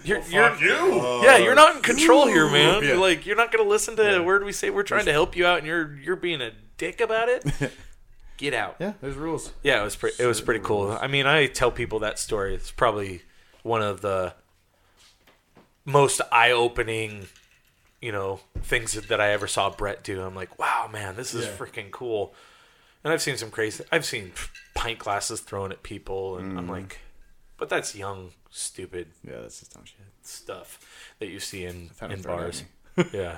D: You're,
B: Fuck
D: you're,
B: you.
D: yeah, you're not in control here, man.
C: Yeah.
D: Like, you're not gonna listen to a word we say. We're trying to help you out, and you're you're being a dick about it. Get out.
C: Yeah, there's rules.
D: Yeah, it was pretty. It was pretty cool. I mean, I tell people that story. It's probably one of the most eye-opening, you know, things that I ever saw Brett do. I'm like, wow, man, this is freaking cool. And I've seen some crazy. I've seen pint glasses thrown at people, and I'm like, but that's young, stupid
C: Yeah, that's just dumb shit.
D: stuff that you see in
C: found
D: in
C: it thrown at
D: bars. yeah.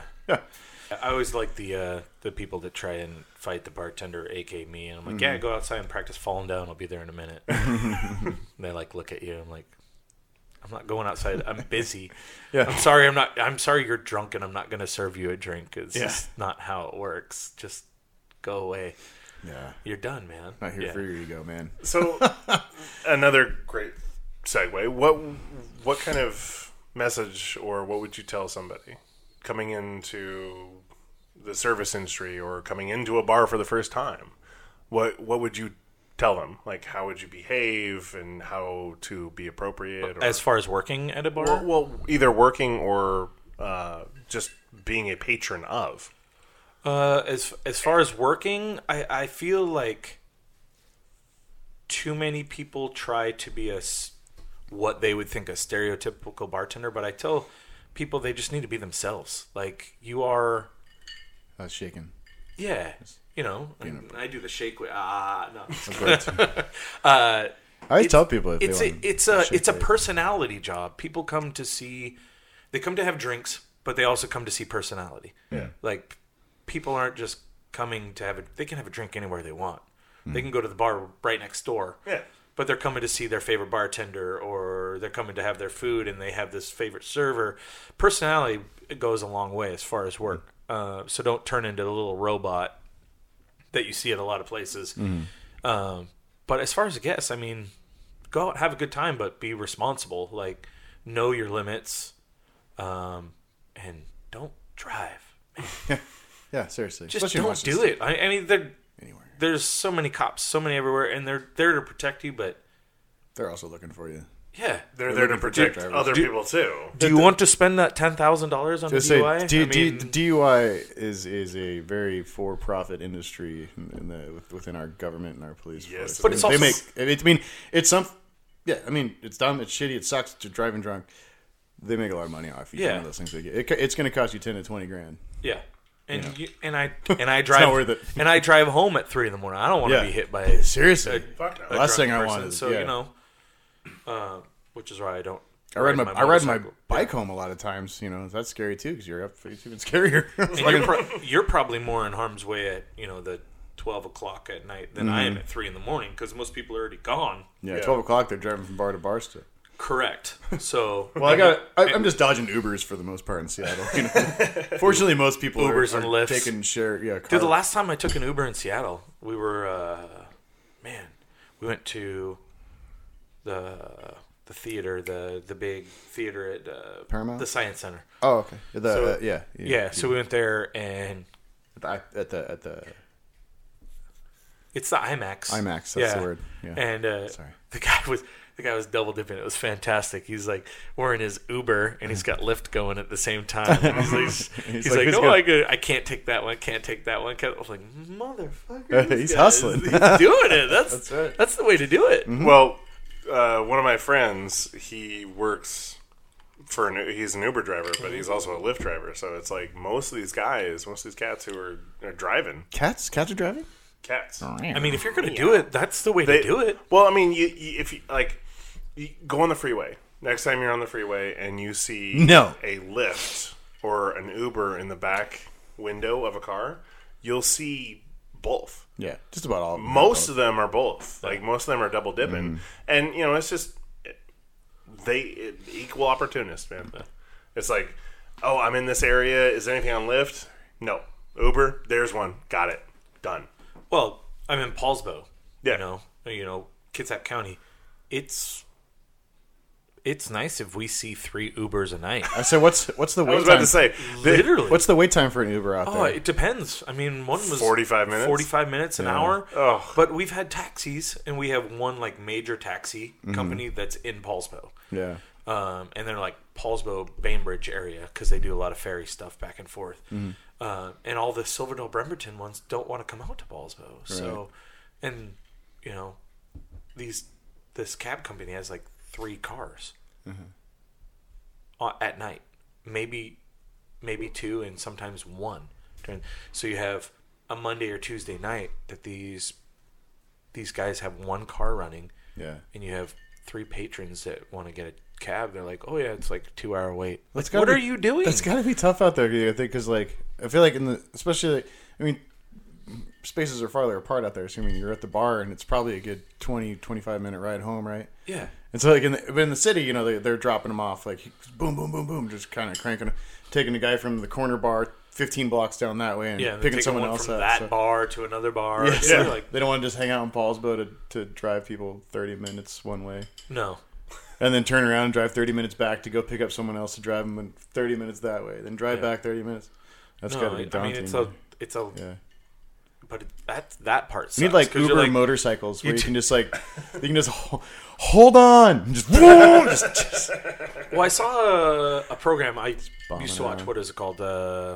D: I always like the uh, the people that try and fight the bartender, aka me, and I'm like,
C: Mm-hmm.
D: yeah, go outside and practice falling down. I'll be there in a minute. and they like look at you. I'm like, I'm not going outside. I'm busy.
C: Yeah.
D: I'm sorry. I'm not. I'm sorry. You're drunk, and I'm not going to serve you a drink. It's just not how it works. Just go away.
C: Yeah.
D: You're done, man.
C: Not here
D: Yeah.
C: for your ego, man.
B: So, another great segue. What what kind of message or what would you tell somebody coming into the service industry or coming into a bar for the first time? What what would you tell them? Like, how would you behave and how to be appropriate? Or,
D: As far as working at a bar,
B: well, well, either working or uh, just being a patron of.
D: Uh, as as far as working, I I feel like too many people try to be a s- what they would think a stereotypical bartender, but I tell people they just need to be themselves. Like you are,
C: I was shaking.
D: yeah, you know. and I do the shake with ah no. Uh,
C: I always tell people if
D: it's
C: they
D: a,
C: want.
D: it's a it's a personality job. People come to see, they come to have drinks, but they also come to see personality. Yeah, like people aren't just coming to have a. They can have a drink anywhere they want. They can go to the bar right next door.
B: Yeah.
D: but they're coming to see their favorite bartender, or they're coming to have their food, and they have this favorite server. Personality goes a long way as far as work. Uh, so don't turn into a little robot that you see at a lot of places. Um, but as far as a guest, I mean, go out, have a good time, but be responsible. Like, know your limits, um, and don't drive.
C: yeah, seriously.
D: Just don't do it. I, I mean, there,
C: Anywhere.
D: there's so many cops, so many everywhere, and they're there to protect you. But
C: They're also looking for you.
D: yeah,
B: They're there to
C: looking for truck
B: protect
C: drivers.
B: other people too.
D: do you want to spend that ten thousand dollars on a
C: Just say,
D: DUI?
C: D-
D: I mean,
C: D- DUI is is a very for-profit industry in in the, with- within our government and our police
B: Yes,
C: force.
B: But
D: it's
C: they
D: also-
C: make. It, I mean, it's some. Yeah, I mean, it's dumb. It's shitty. It sucks to driving drunk. They make a lot of money off you. It's one
D: Yeah.
C: of those things they get. It, co- it's going to cost you ten to twenty grand.
D: yeah. And you, and I and I drive
C: not worth it.
D: and I drive home at three in the morning. I don't want to
C: Yeah.
D: be hit by a
C: Seriously,
B: Fuck no.
D: a
C: last
D: drunk
C: thing I
D: person,
C: want is
D: So
C: yeah.
D: you know, uh, which is why I don't.
C: I ride my, I ride my
D: motorcycle.
C: bike home a lot of times. You know that's scary too because you're up. It's even scarier. It's
D: And
C: like-
D: you're, pro- you're probably more in harm's way at you know the twelve o'clock at night than I am at three in the morning because most people are already gone.
C: Mm. yeah,
B: Yeah.
C: twelve o'clock. They're driving from bar to bar still.
D: Correct. So
C: Well, I got. I, I'm just dodging Ubers for the most part in Seattle. You know? Fortunately, most people are-
D: Ubers and
C: are
D: Lyfts.
C: taking share. Yeah, car.
D: Dude, the last time I took an Uber in Seattle, we were, uh, man, we went to the the theater, the the big theater at uh,
C: Paramount?
D: the Science Center.
C: oh, okay. The, uh, yeah,
D: Yeah, so we went there, and
C: At the at the, at the
D: it's the IMAX.
C: IMAX, that's the word. Yeah.
D: And uh,
C: Sorry.
D: the guy was the guy was double dipping. It was fantastic. He's like, we're in his Uber, and he's got Lyft going at the same time. And he's like, he's,
C: like,
D: like,
C: "Who's
D: no,
C: gonna-"
D: I, go, I can't take that one. Can't take that one. Can't. I was like, motherfucker.
C: he's
D: this guy is-
C: hustling.
D: He's doing it. That's that's,
C: right. Mm-hmm.
D: the way to do it.
B: Well, uh, one of my friends, he works for an, he's an Uber driver, but he's also a Lyft driver. So it's like most of these guys, most of these cats who are, are driving
C: cats. Cats are driving.
B: cats.
D: I mean, if you're gonna do it, that's the way
B: They
D: to do it.
B: Well, I mean, you, you, if you like, you go on the freeway. Next time you're on the freeway and you see
C: No.
B: a Lyft or an Uber in the back window of a car, you'll see both.
C: Yeah, just about all. of them.
B: most of them are both. Like most of them are double dipping, and you know it's just they it, equal opportunists, man. It's like, oh, I'm in this area. Is there anything on Lyft? No. Uber. There's one. Got it. Done.
D: Well, I'm in Paulsbo.
B: Yeah.
D: You know, you know, Kitsap County. It's it's nice if we see three Ubers a night.
C: I said, what's what's the
B: I
C: wait
B: was about
C: time?
B: to say, the,
D: Literally.
C: what's the wait time for an Uber out
D: Oh,
C: there?
D: it depends. I mean, one was
B: 45 minutes?
D: 45 minutes, an hour.
B: Oh.
D: But we've had taxis, and we have one like major taxi
C: Mm-hmm.
D: company that's in Paulsbo.
C: yeah,
D: Um, and they're like Paulsbo, Bainbridge area because they do a lot of ferry stuff back and forth. Uh, and all the Silverdale Bremerton ones don't want to come out to Paulsbo. So, and you know, these this cab company has like three cars uh, at night, maybe maybe two, and sometimes one. during- So you have a Monday or Tuesday night that these these guys have one car running
C: yeah.
D: and you have three patrons that want to get a cab, they're like, "Oh yeah, it's like a two-hour wait."
C: That's
D: Like, what
C: gotta
D: are
C: be-
D: you doing?
C: That's got to be tough out there, I think, because like I feel like in the especially, like, I mean, spaces are farther apart out there. Assuming you're at the bar, and it's probably a good 20, 25 minute ride home, right?
D: yeah,
C: And so, like in the, but in the city, you know, they, they're dropping them off, like boom, boom, boom, boom, just kind of cranking, taking the guy from the corner bar 15 blocks down that way and
D: Yeah, and
C: picking
D: taking
C: someone
D: one
C: else
D: from
C: up.
D: that
C: so-
D: bar to another bar.
C: Yeah,
D: It's
C: so
D: Like
C: they don't want to just hang out in Paulsbo to, to drive people 30 minutes one way
D: no,
C: and then turn around and drive 30 minutes back to go pick up someone else to drive them 30 minutes that way, then drive
D: Yeah.
C: back 30 minutes. That's
D: no.
C: got to be
D: I
C: daunting.
D: mean, it's a it's a
C: yeah.
D: but it, that that part. Sucks,
C: You need like
D: 'cause you're
C: Uber
D: like,
C: motorcycles where
D: you
C: you
D: t-
C: can just like you can just ho- hold on, and just, whoa, just, just-
D: Well, I saw a, a program I
C: bombing
D: used to watch.
C: around.
D: What is it called? Uh,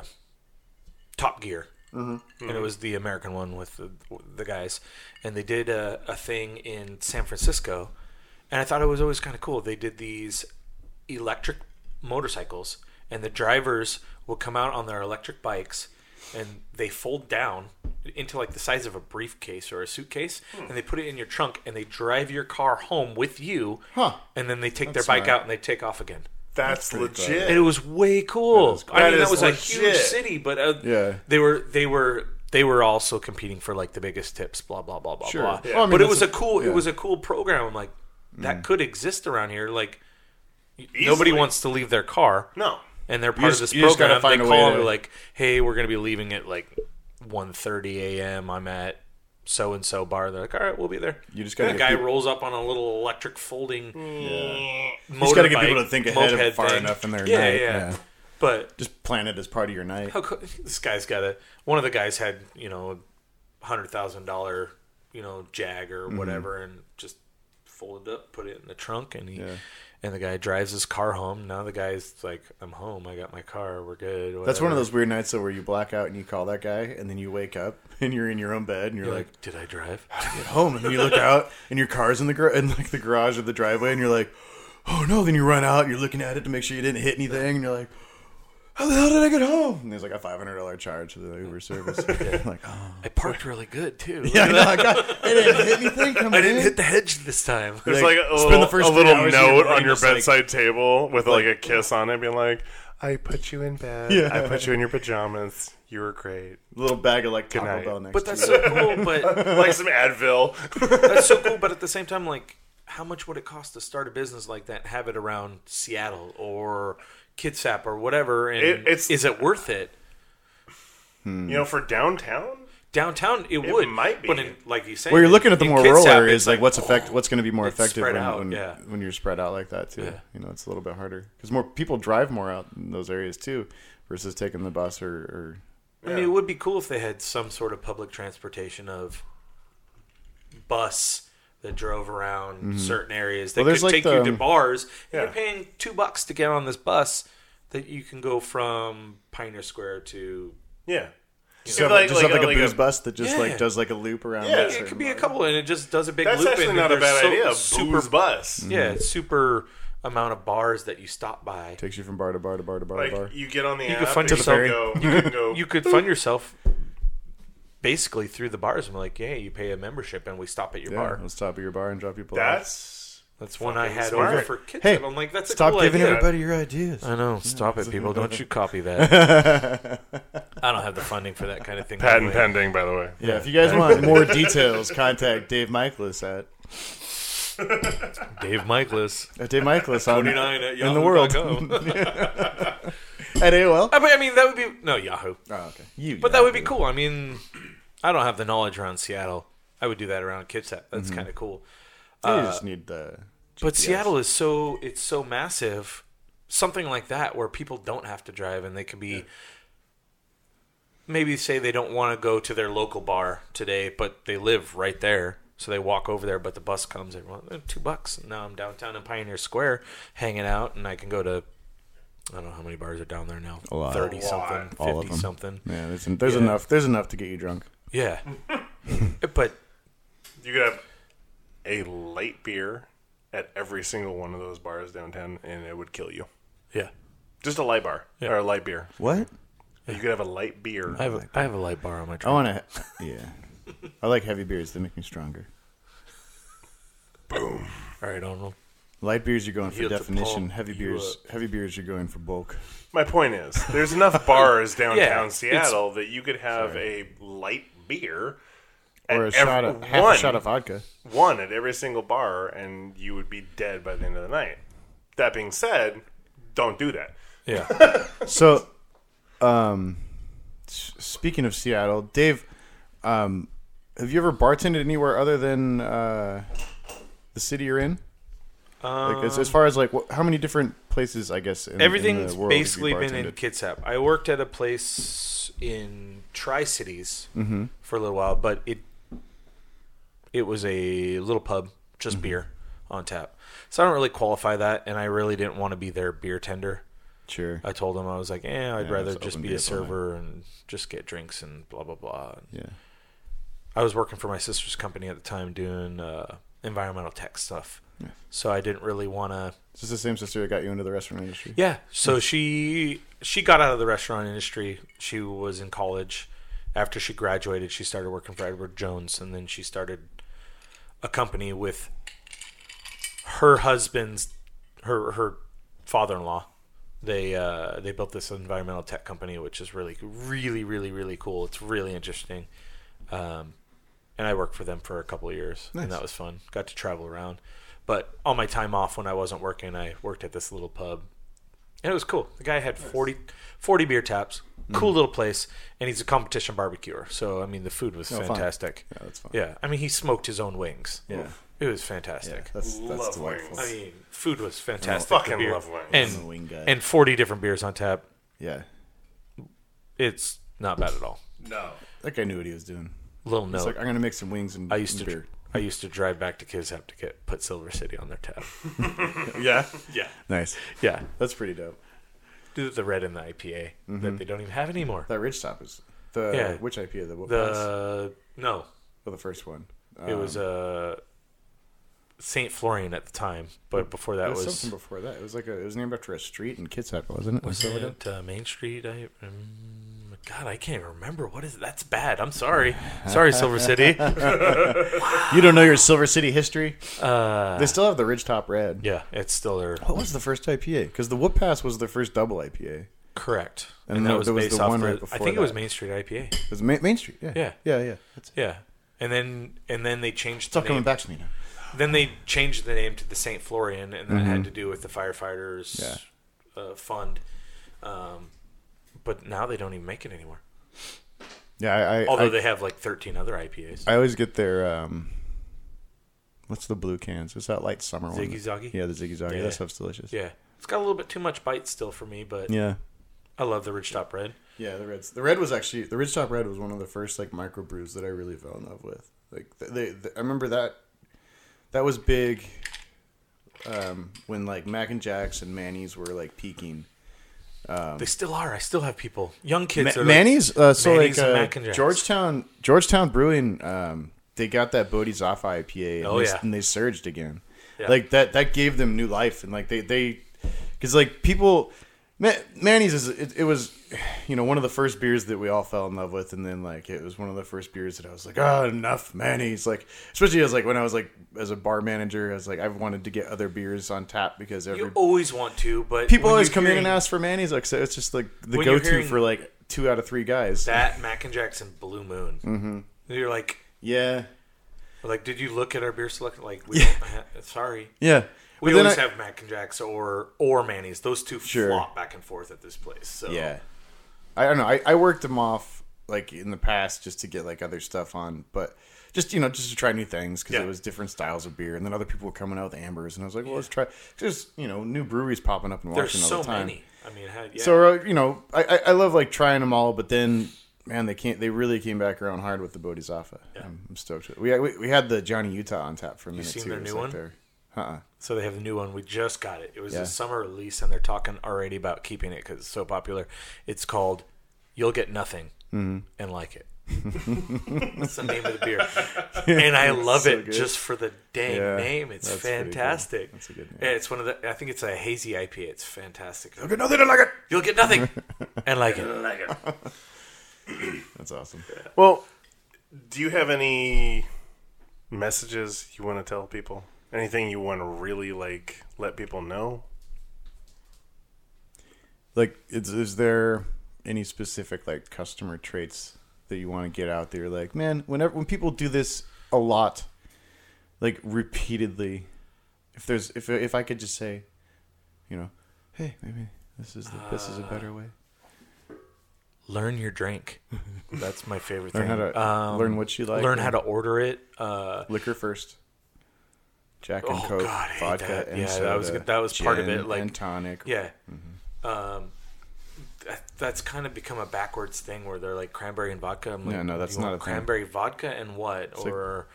D: Top Gear. Mm-hmm. And it was the American one with the, the guys, and they did a, a thing in San Francisco, and I thought it was always kind of cool. They did these electric motorcycles, and the drivers would come out on their electric bikes, and they fold down into like the size of a briefcase or a suitcase,
C: Hmm.
D: and they put it in your trunk, and they drive your car home with you,
C: Huh.
D: and then they take
C: That's
D: their bike
C: smart.
D: out and they take off again.
B: That's legit.
D: And it was way cool. I mean,
B: That
D: that
B: is
D: was a huge
B: legit.
D: city, but uh,
C: Yeah.
D: they were they were they were also competing for like the biggest tips, blah blah blah blah
C: Sure.
D: blah.
C: Yeah. Well, I mean,
D: but it
C: that's
D: was
C: a-
D: a, cool
C: yeah. Mm.
D: it was a cool program. I'm like, that could exist around here. Like y-
B: Easily.
D: nobody wants to leave their car,
B: No.
D: and they're part
C: just-
D: of this
C: you just
D: program.
C: gotta
D: They
C: find a way
D: call and
C: to-
D: they're like, hey, we're gonna be leaving at like 1.30 a.m. I'm at so and so bar. They're like, all right, we'll be there.
C: You just gotta
D: the
C: get
D: guy
C: peop-
D: rolls up on a little electric folding.
B: Mm.
D: Mm.
C: you just got to get
D: motorbike,
C: people to think ahead
D: moped
C: of far
D: thing.
C: enough in their
D: Yeah,
C: night.
D: yeah. But
C: Just plan it as part of your night.
D: how co- this guy's got a one of the guys had you know hundred thousand dollar you know jag or
C: Mm-hmm.
D: whatever and just folded up put it in the trunk and he and the guy drives his car home now the guy's like i'm home i got my car we're
C: That's
D: good
C: one of
D: whatever."
C: those weird nights though where you black out and you call that guy and then you wake up and you're in your own bed and you're,
D: You're
C: like,
D: like did i drive
C: "Get home and then you look out and your car's in the gar- in like the garage or the driveway and you're like oh no then you run out you're looking at it to make sure you didn't hit anything and you're like how the hell did I get home and there's like a five hundred dollar charge to the Uber service like oh
D: i parked really good too
C: yeah I know I, got, I didn't hit anything come
D: i didn't
C: in."
D: hit the hedge this time
B: There's
C: Like,
B: like, a
C: spend
B: little,
C: the first
B: a
C: three
B: little
C: hours of your
B: note
C: brain
B: on your
C: just, like-
B: bedside table with like, a kiss on it, being like, "I put you in bed.
C: Yeah.
B: I put you in your pajamas. You were great."
C: little bag of like Taco
B: night.
C: Bell next
D: but
C: to
D: that's
C: you.
D: so cool but
B: like some Advil.
D: that's so cool but at the same time like how much would it cost to start a business like that and have it around seattle or kitsap or whatever and
B: It- it's-
D: is it worth it
B: You know, for downtown,
D: downtown it, would
B: might be.
D: but in, like you said
C: Well, you're looking at the
D: in
C: more
D: Kitsap,
C: rural
D: it's
C: areas, like what's effect, what's going to be more
D: it's
C: effective
D: spread
C: when,
D: out,
C: when,
D: yeah.
C: when you're spread out like that too.
D: Yeah.
C: You know, it's a little bit harder because more people drive more out in those areas too, versus taking the bus or, or
D: I mean, it would be cool if they had some sort of public transportation of bus that drove around certain areas that
C: Mm-hmm. Well, there's
D: could
C: like
D: take you
C: the-
D: to bars. And
B: Yeah.
D: you're paying two bucks to get on this bus that you can go from Pioneer Square to.
B: yeah,
C: just
B: just
C: have like, just have like a booze bus that just like
D: Yeah.
C: does like a loop around.
B: Yeah.
C: that
D: It
C: certain
D: could be a
C: line.
D: couple, and it just does a big
B: That's
D: loop.
B: actually
D: and
B: not a
D: there's
B: bad
D: so-
B: idea.
D: Super,
B: Super bus.
D: yeah, super amount of bars that you stop by.
C: takes you from bar to bar to bar to bar to bar.
B: Like you get on the you app
D: could fund
B: and you
D: yourself-
B: can go. You can go.
D: you could fund yourself basically through the bars. I'm like, yeah, you pay a membership and we stop at your
C: Yeah,
D: bar.
C: let's stop at your bar and drop people. off.
B: that's
D: That's one I had
B: smart.
D: over for kids.
C: Hey,
D: I'm like, that's
C: stop
D: a cool
C: giving
D: idea.
C: everybody your ideas.
D: I know. Stop it, people. Don't you copy that. I don't have the funding for that kind of thing.
B: patent
D: anyway.
B: pending, by the way.
C: Yeah, if you guys want more details, contact Dave Michaelis at,
D: Dave Michaelis.
C: at Dave Michaelis on
D: 29 at
C: in the world at
D: yahoo.com.
C: AOL.
D: I mean- Uh, I mean, that would be. No, Yahoo.
C: Oh, okay. You,
D: Oh, But that would be cool. I mean, I don't have the knowledge around Seattle. I would do that around Kitsap. That's kind of cool.
C: You just need the.
D: But Seattle is so it's so massive. Something like that where people don't have to drive and they can be maybe say they don't want to go to their local bar today, but they live right there. So they walk over there, but the bus comes and well, eh, two bucks. and Now I'm downtown in Pioneer Square hanging out and I can go to I don't know how many bars are down there now.
C: lot.
D: Thirty something,
C: All of
D: fifty
C: them.
D: something.
C: Yeah, there's, there's enough. There's enough to get you drunk.
D: Yeah. but
B: You could have a light beer at every single one of those bars downtown, and it would kill you.
D: yeah.
B: Just a light bar or a light beer.
C: What?
B: You could have a light beer.
D: I have a, I have a light bar on my
C: I
D: truck.
C: want to. Yeah, I like heavy beers. They make me stronger.
D: All right, Arnold.
C: Light beers, you're going for
D: Heal to
C: definition.
D: pump
C: Heavy
D: you
C: beers, heavy beers, you're going for bulk.
B: My point is, there's enough bars downtown
D: it's-
B: Seattle that you could have a light beer at
C: Or a
B: ev-
C: shot of half
B: one,
C: a shot of vodka.
B: one at every single bar, and you would be dead by the end of the night. That being said, don't do that.
D: Yeah.
C: So, um, Speaking of Seattle, Dave, um, have you ever bartended anywhere other than uh, the city you're in? Like as, as far as like what, how many different places I guess in, in the
D: Um, Everything's
C: world have you
D: basically been in
C: bartended?
D: Kitsap. I worked at a place in Tri Cities
C: Mm-hmm.
D: for a little while, but it it was a little pub, just
C: Mm-hmm.
D: beer on tap. So I don't really qualify that, and I really didn't want to be their beer tender.
C: sure
D: I told them I was like, eh, I'd rather
C: it's
D: just
C: open
D: be
C: beer
D: a
C: bar.
D: server and just get drinks and blah blah blah. And
C: yeah
D: I was working for my sister's company at the time doing uh, environmental tech stuff, so I didn't really want to.
C: is this the same sister that got you into the restaurant industry
D: Yeah. So she she got out of the restaurant industry. She was in college. After she graduated, she started working for Edward Jones, and then she started a company with her husband's her her father in law. They uh, they built this environmental tech company, which is really really really really cool. It's really interesting. Um, and I worked for them for a couple of years, and that was fun. Got to travel around, but on my time off when I wasn't working, I worked at this little pub and it was cool. The guy had 40, 40 beer taps, cool
C: Mm.
D: little place, and he's a competition barbecuer. So I mean, the food was
C: Oh, fun.
D: fantastic.
C: Yeah, that's fun.
D: Yeah, I mean, he smoked his own wings. Yeah, it was fantastic.
C: that's that's
B: Love
C: delightful
D: I mean, food was fantastic.
B: Fucking
D: The beer-
B: love wings.
D: and
C: wing guy.
D: and forty different beers on tap.
C: yeah
D: It's not bad at all.
B: No.
C: that guy knew what he was doing
D: Little
C: it's
D: note.
C: like I'm gonna make some wings and
D: I used to
C: and beer
D: I used to drive back to Kitsap to get put Silver City on their tap.
C: yeah
D: yeah,
C: nice
D: yeah.
C: that's pretty dope
D: Do the red and the IPA
C: Mm-hmm.
D: that they don't even have anymore.
C: that ridge top is the
D: Yeah.
C: which IPA the what was
D: The no,
C: or the first one
D: it was
C: Um,
D: uh, Saint Florian at the time, but before that
C: It was,
D: was,
C: something before that. It was like a, it was named after a street in Kitsap, wasn't it?
D: was it uh, Main Street? I um, God, I can't even remember what is. That's bad. I'm sorry. Sorry, Silver City.
C: You don't know your Silver City history. they still have the Ridgetop Red.
D: Uh, Yeah, it's still there.
C: What was the first IPA? Because the Whoop Pass was the first double IPA.
D: Correct.
C: And
D: And,
C: no,
D: that was
C: there was
D: based
C: the
D: off
C: one
D: the,
C: right
D: I
C: before
D: think it was
C: that.
D: Main Street IPA.
C: It was Main, Main Street. Yeah.
D: Yeah.
C: Yeah. Yeah. That's it.
D: Yeah. And then and then they changed
C: It's
D: the
C: all coming
D: name.
C: back to me now.
D: Then they changed the name to the St. Florian and that
C: Mm-hmm.
D: had to do with the firefighters uh, fund. Um, but now they don't even make it anymore.
C: Yeah. I. I,
D: Although
C: I,
D: they have like 13 other IPAs.
C: I always get their. Um, what's the blue cans? It's that light summer one.
D: Ziggy Zaggy?
C: Yeah, the Ziggy Zaggy.
D: Yeah.
C: That stuff's delicious.
D: yeah. It's got a little bit too much bite still for me, but
C: Yeah.
D: I love the Ridge Top Red.
C: Yeah, the Reds. The Red was actually the Ridgetop Red was one of the first like micro brews that I really fell in love with. Like th they, th I remember that that was big um, when like Mac and Jacks and Manny's were like peaking.
D: they still are. I still have people, young kids. are like-
C: Manny's, uh, so
D: Manny's
C: like
D: and
C: uh,
D: Mac and Jacks.
C: Georgetown, Georgetown Brewing, um, they got that Bodie Zaffa IPA, and,
D: Oh,
C: they,
D: yeah.
C: and they surged again.
D: Yeah.
C: Like that, that gave them new life, and like they, they, because like people, Ma- Manny's is it, it was, you know, one of the first beers that we all fell in love with, and then like it was one of the first beers that I was like, oh, enough Manny's, like especially as like when I was like as a bar manager, I was like I wanted to get other beers on tap because every
D: you always want to, but
C: people
D: when
C: always
D: you're
C: come in
D: hearing
C: and ask for Manny's, like so it's just like the
D: When you're
C: go-to
D: hearing
C: for like two out of three guys.
D: that Mac and Jackson Blue Moon. Mm-hmm. You're like,
C: Yeah.
D: like, did you look at our beer selection? Like, we don't ha- sorry,
C: Yeah.
D: we
C: But then
D: always
C: I-
D: have Mac and Jacks or or Manny's. Those two
C: Sure.
D: flop back and forth at this place. So
C: Yeah. I don't know. I, I worked them off like in the past just to get like other stuff on, but just you know just to try new things because
D: Yeah.
C: it was different styles of beer, and then other people were coming out with ambers, and I was like, well, let's try. There's you know new breweries popping up in
D: there's
C: Washington
D: so
C: all the time.
D: many. I mean, how, yeah.
C: So uh, you know, I, I I love like trying them all, but then man, they can't. They really came back around hard with the Bodhisattva. I'm, I'm stoked. With it. We, we we had the Johnny Utah on tap for a minute
D: seen
C: too.
D: their
C: It was
D: new
C: like
D: one?
C: their- Uh-uh.
D: So they have the new one. We just got it. It was
C: Yeah.
D: a summer release, and they're talking already about keeping it because it's so popular. It's called "You'll Get Nothing
C: Mm-hmm.
D: and Like It." That's the name of the beer, and I love it just for the dang
C: Yeah,
D: name. It's
C: that's pretty cool.
D: fantastic.
C: That's a good name.
D: Yeah, It's one of the. I think it's a hazy IPA. It's fantastic.
C: Okay, no, they don't like it.
D: You'll get nothing and like it.
B: Like it.
C: That's awesome.
B: Well, do you have any messages you want to tell people? Anything you want to really like let people know?
C: like is, is there any specific like customer traits that you want to get out there like man whenever when people do this a lot like repeatedly if there's if if i could just say
D: Uh,
C: you know hey maybe this is the, this is a better way
D: learn your drink. That's my favorite
C: Learn
D: thing. Uh,
C: how to learn what you like.
D: um, learn how to order it. Uh,
C: liquor first. Jack and
D: oh
C: Coke,
D: God, I hate
C: vodka,
D: that.
C: and
D: yeah, that was
C: soda,
D: that was part of
C: gin
D: it. Like
C: and tonic.
D: Yeah.
C: mm-hmm.
D: Um, that, that's kind of become a backwards thing where they're like cranberry and vodka. I'm like,
C: Yeah, no, that's
D: you want
C: not a thing.
D: cranberry vodka and what or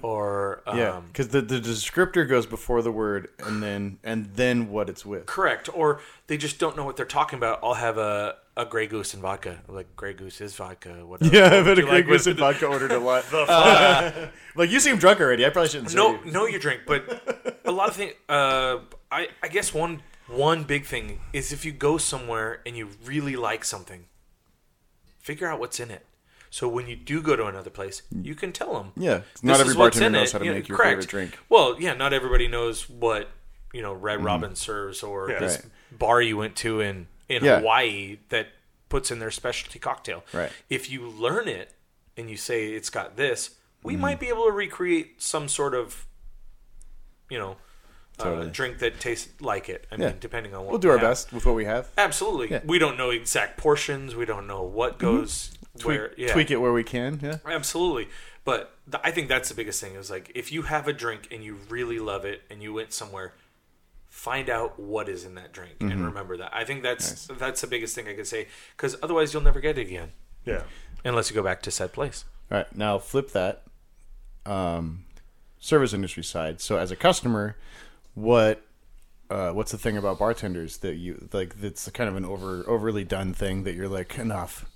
D: or um,
C: Yeah, because the, the descriptor goes before the word, and then and then what it's with.
D: correct or they just don't know what they're talking about. I'll have a a Grey Goose and vodka. I'm like Grey Goose is vodka. Whatever.
C: Yeah, I've had a Grey
D: like
C: Goose
D: with
C: and vodka ordered a lot. Uh, like you seem drunk already. I probably shouldn't say.
D: No,
C: you.
D: no, your drink. But a lot of things. Uh, I I guess one one big thing is if you go somewhere and you really like something, figure out what's in it. So when you do go to another place, you can tell them.
C: Yeah, not every bartender knows how to make your
D: correct.
C: favorite drink. Mm-hmm.
D: Well, yeah, not everybody knows what you know Red Robin serves or this bar you went to in in
C: Yeah.
D: Hawaii e, that puts in their specialty cocktail.
C: Right.
D: If you learn it and you say it's got this, we
C: Mm-hmm.
D: might be able to recreate some sort of you know uh,
C: Totally.
D: drink that tastes like it. I
C: Yeah.
D: mean, depending on what
C: We'll do our
D: we have.
C: best with what we have.
D: Absolutely, we don't know exact portions. We don't know what goes
C: Mm-hmm. Tweak,
D: where. Yeah.
C: tweak it where we can. Yeah,
D: Absolutely. But th- I think that's the biggest thing. Is like if you have a drink and you really love it and you went somewhere, find out what is in that drink and remember that. I think that's that's the biggest thing I could say because otherwise you'll never get it again
B: Yeah.
D: unless you go back to said place.
C: All right, now flip that um, service industry side. So, as a customer, what uh, what's the thing about bartenders that you like? That's kind of an over overly done thing that you're like enough.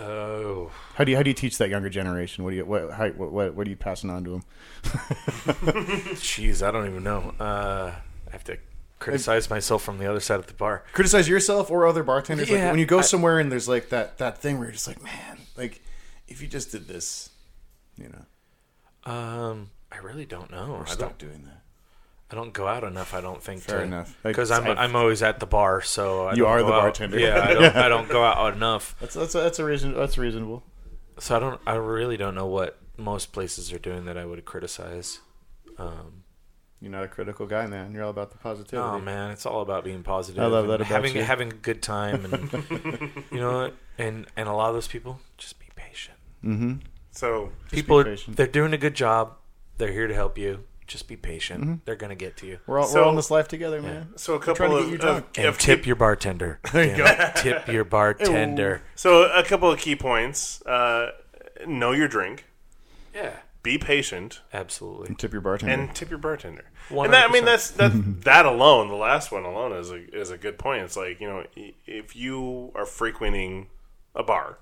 D: Oh,
C: How do you how do you teach that younger generation? What do you what how, what, what what are you passing on to them?
D: jeez, I don't even know. Uh, I have to criticize myself from the other side of the bar.
C: Criticize yourself or other bartenders.
D: Yeah,
C: like when you go
D: I-
C: somewhere and there's like that that thing where you're just like, man, like if you just did this, you know,
D: Um, I really don't know. I don't.
C: stop doing that.
D: I don't go out enough. I don't think.
C: Fair
D: to,
C: enough. Like,
D: Because I'm,
C: I've-
D: I'm always at the bar, so I
C: You
D: don't
C: are
D: go
C: the
D: out.
C: bartender.
D: Yeah, I don't, I don't go out enough.
C: That's that's that's a reason that's reasonable.
D: So I don't. I really don't know what most places are doing that I would criticize. Um,
C: You're not a critical guy, man. You're all about the positivity.
D: oh man, it's all about being positive.
C: I love
D: and
C: that about
D: having
C: you.
D: having a good time, and you know, what? and and a lot of those people just be patient.
B: So
D: people, are-
C: patient.
D: they're doing a good job. They're here to help you. Just be patient. They're gonna get to you.
C: Mm-hmm. We're all,
B: So-
C: we're all in this life together, man.
B: so a
C: trying
B: couple
C: to
B: of,
C: get you
B: of,
C: drunk.
D: And
B: of
D: tip your bartender. Damn it, Tip your bartender.
B: so a couple of key points. Uh, know your drink.
D: Yeah,
B: Be patient.
D: absolutely.
C: Tip your bartender.
B: and tip your bartender. And that, I mean,
D: 100%.
B: that's that that alone. The last one alone is a is a good point. It's like you know, i- if you are frequenting a bar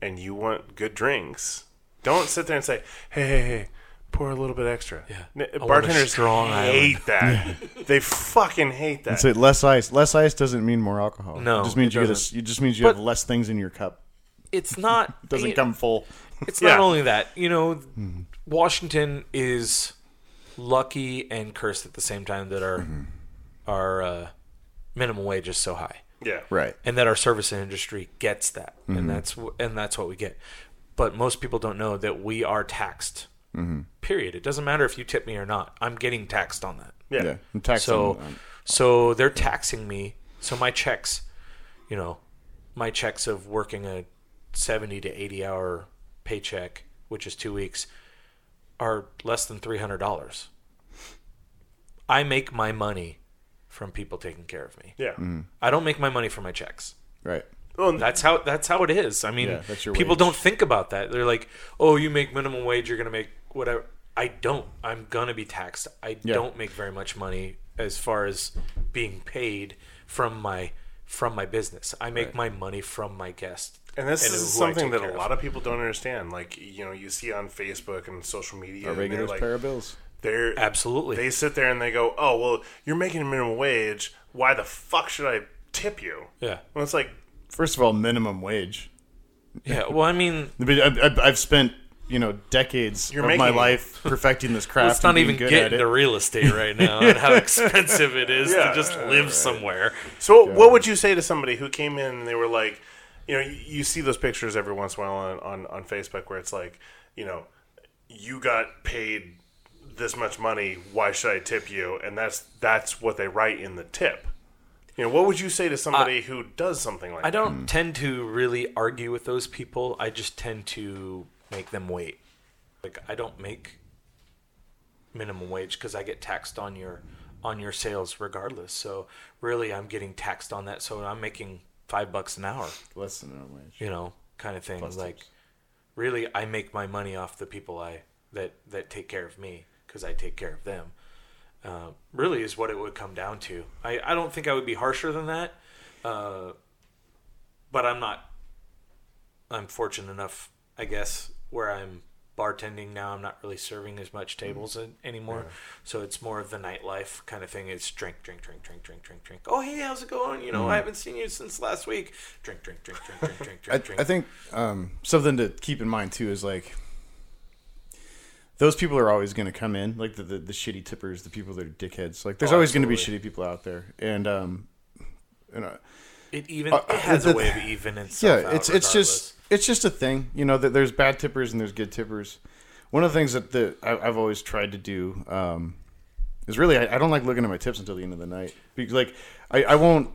B: and you want good drinks, don't sit there and say, "Hey, hey, hey." Pour a little bit extra.
D: Yeah.
B: N-
D: I want a
B: bartenders
D: strong
B: hate that. they fucking hate that.
C: That's it. Less ice. Less ice doesn't mean more alcohol.
D: No,
C: it just means
D: it
C: you get a,
D: doesn't.
C: it just means you
D: But-
C: have less things in your cup.
D: It's not.
C: It doesn't come full.
D: It's
B: Yeah.
D: not only that, you know, Washington is lucky and cursed at the same time that our our uh, minimum wage is so high,
B: Yeah.
C: Right.
D: and that our service industry gets that, and that's wh- and that's what we get. But most people don't know that we are taxed. Period. It doesn't matter if you tip me or not. I'm getting taxed on that.
B: Yeah.
C: Yeah. And tax
D: So,
C: on- on-
D: so they're taxing me. So my checks, you know, my checks of working a seventy to eighty hour paycheck, which is two weeks, are less than three hundred dollars. I make my money from people taking care of me.
B: Yeah.
D: I don't make my money from my checks.
C: right.
B: Well, and
D: That's how that's how it is. I mean,
C: Yeah, that's your
D: people
C: wage.
D: don't think about that. They're like, "Oh, you make minimum wage, you're going to make whatever." I don't. I'm going to be taxed. I don't make very much money as far as being paid from my from my business. I make my money from my guests.
B: And this is
D: who I
B: something
D: take
B: that
D: care
B: a lot of people don't understand. Like, you know, you see on Facebook and social media,
C: A
B: and they're
C: regular
B: like,
C: pair of bills.
B: they're
D: Absolutely.
B: They sit there and they go, "Oh, well, you're making a minimum wage. Why the fuck should I tip you?"
D: Yeah.
B: Well, it's like,
C: First of all, minimum wage.
D: Yeah, well, I mean,
C: But I- I- I've spent you know decades
B: You're
C: of my
B: making-
C: life perfecting this craft.
D: let's not
C: and being
D: even
C: good
D: get
C: at it.
D: into real estate right now and how expensive it is
B: Yeah.
D: to just live somewhere.
B: so what would you say to somebody who came in and they were like, you know, you, you see those pictures every once in a while on on, on Facebook where it's like, you know, you got paid this much money. Why should I tip you? And that's that's what they write in the tip. You know, what would you say to somebody who does something like
D: I don't tend to really argue with those people. I just tend to make them wait. Like I don't make minimum wage because I get taxed on your on your sales regardless. So really, I'm getting taxed on that. So I'm making five bucks an hour,
C: Less than minimum wage.
D: you know, kind of thing. like really, I make my money off the people I that that take care of me because I take care of them. Uh, really is what it would come down to. I, I don't think I would be harsher than that. Uh, but I'm not. I'm fortunate enough, I guess, where I'm bartending now. I'm not really serving as
C: Mm-hmm.
D: much tables an- anymore, so it's more of the nightlife kind of thing. It's drink, drink, drink, drink, drink, drink, drink. Oh, hey, how's it going? You know, I haven't seen you since last week. Drink, drink, drink, drink, drink, drink,
C: Mm. I,
D: drink, drink.
C: I think um, something to keep in mind too is like those people are always going to come in, like the, the the shitty tippers, the people that are dickheads. Like
D: Oh,
C: there's always going to be shitty people out there, and um, you know,
D: it even
C: uh,
D: it has a
C: the-
D: way of even and
C: yeah,
D: stuff out
C: it's it's
D: regardless.
C: just it's just a thing, you know. That there's bad tippers and there's good tippers. One of the things that the, I, I've always tried to do um, is really I, I don't like looking at my tips until the end of the night because like I, I won't